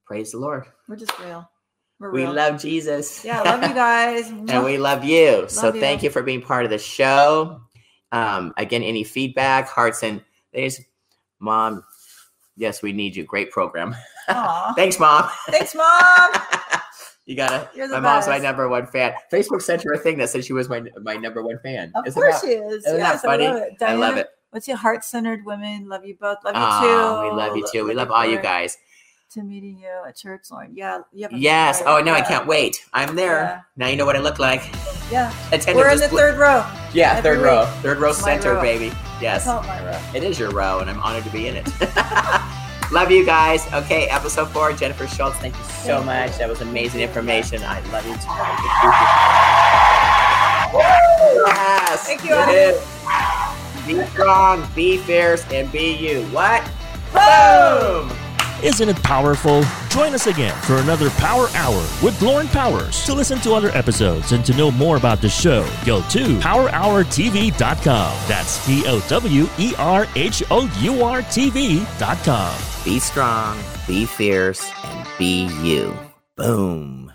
praise the Lord. We're just real. We're We real. love Jesus. Yeah. Love you guys. and we love you. so Love you. thank you for being part of the show. Um, again, any feedback, hearts, and there's mom. Yes, we need you. Great program. Aw. Thanks, mom. Thanks, mom. you gotta. You're the My mom's my best. number one fan. Facebook sent her a thing that said she was my my number one fan. Of Isn't course that- she is. isn't that yes, funny? I love it. I love Diana, it. What's your heart centered women? Love you both. Love you Aw, too. Ah, we love you too. We Looking love all you forward guys. To meeting you at church, Lauren. Yeah. You haven't been Yes. there. Oh no, I Yeah. can't wait. I'm there. Yeah. Now you know what I look like. Yeah. Attendant We're in just the blew- third row. Yeah, every third row. Third row It's my center, row. baby. Yes. call it my row. It is your row, and I'm honored to be in it. love you guys. Okay, episode four, Jennifer Schultz. Thank you so Thank much. you. That was amazing information. I love you too. Yes. Thank you, you. Be strong, be fierce, and be you. What? Boom! Boom! Isn't it powerful? Join us again for another Power Hour with Lauren Powers. To listen to other episodes and to know more about the show, go to powerhourtv.com. That's P O W E R H O U R TV.com. Be strong, be fierce, and be you. Boom.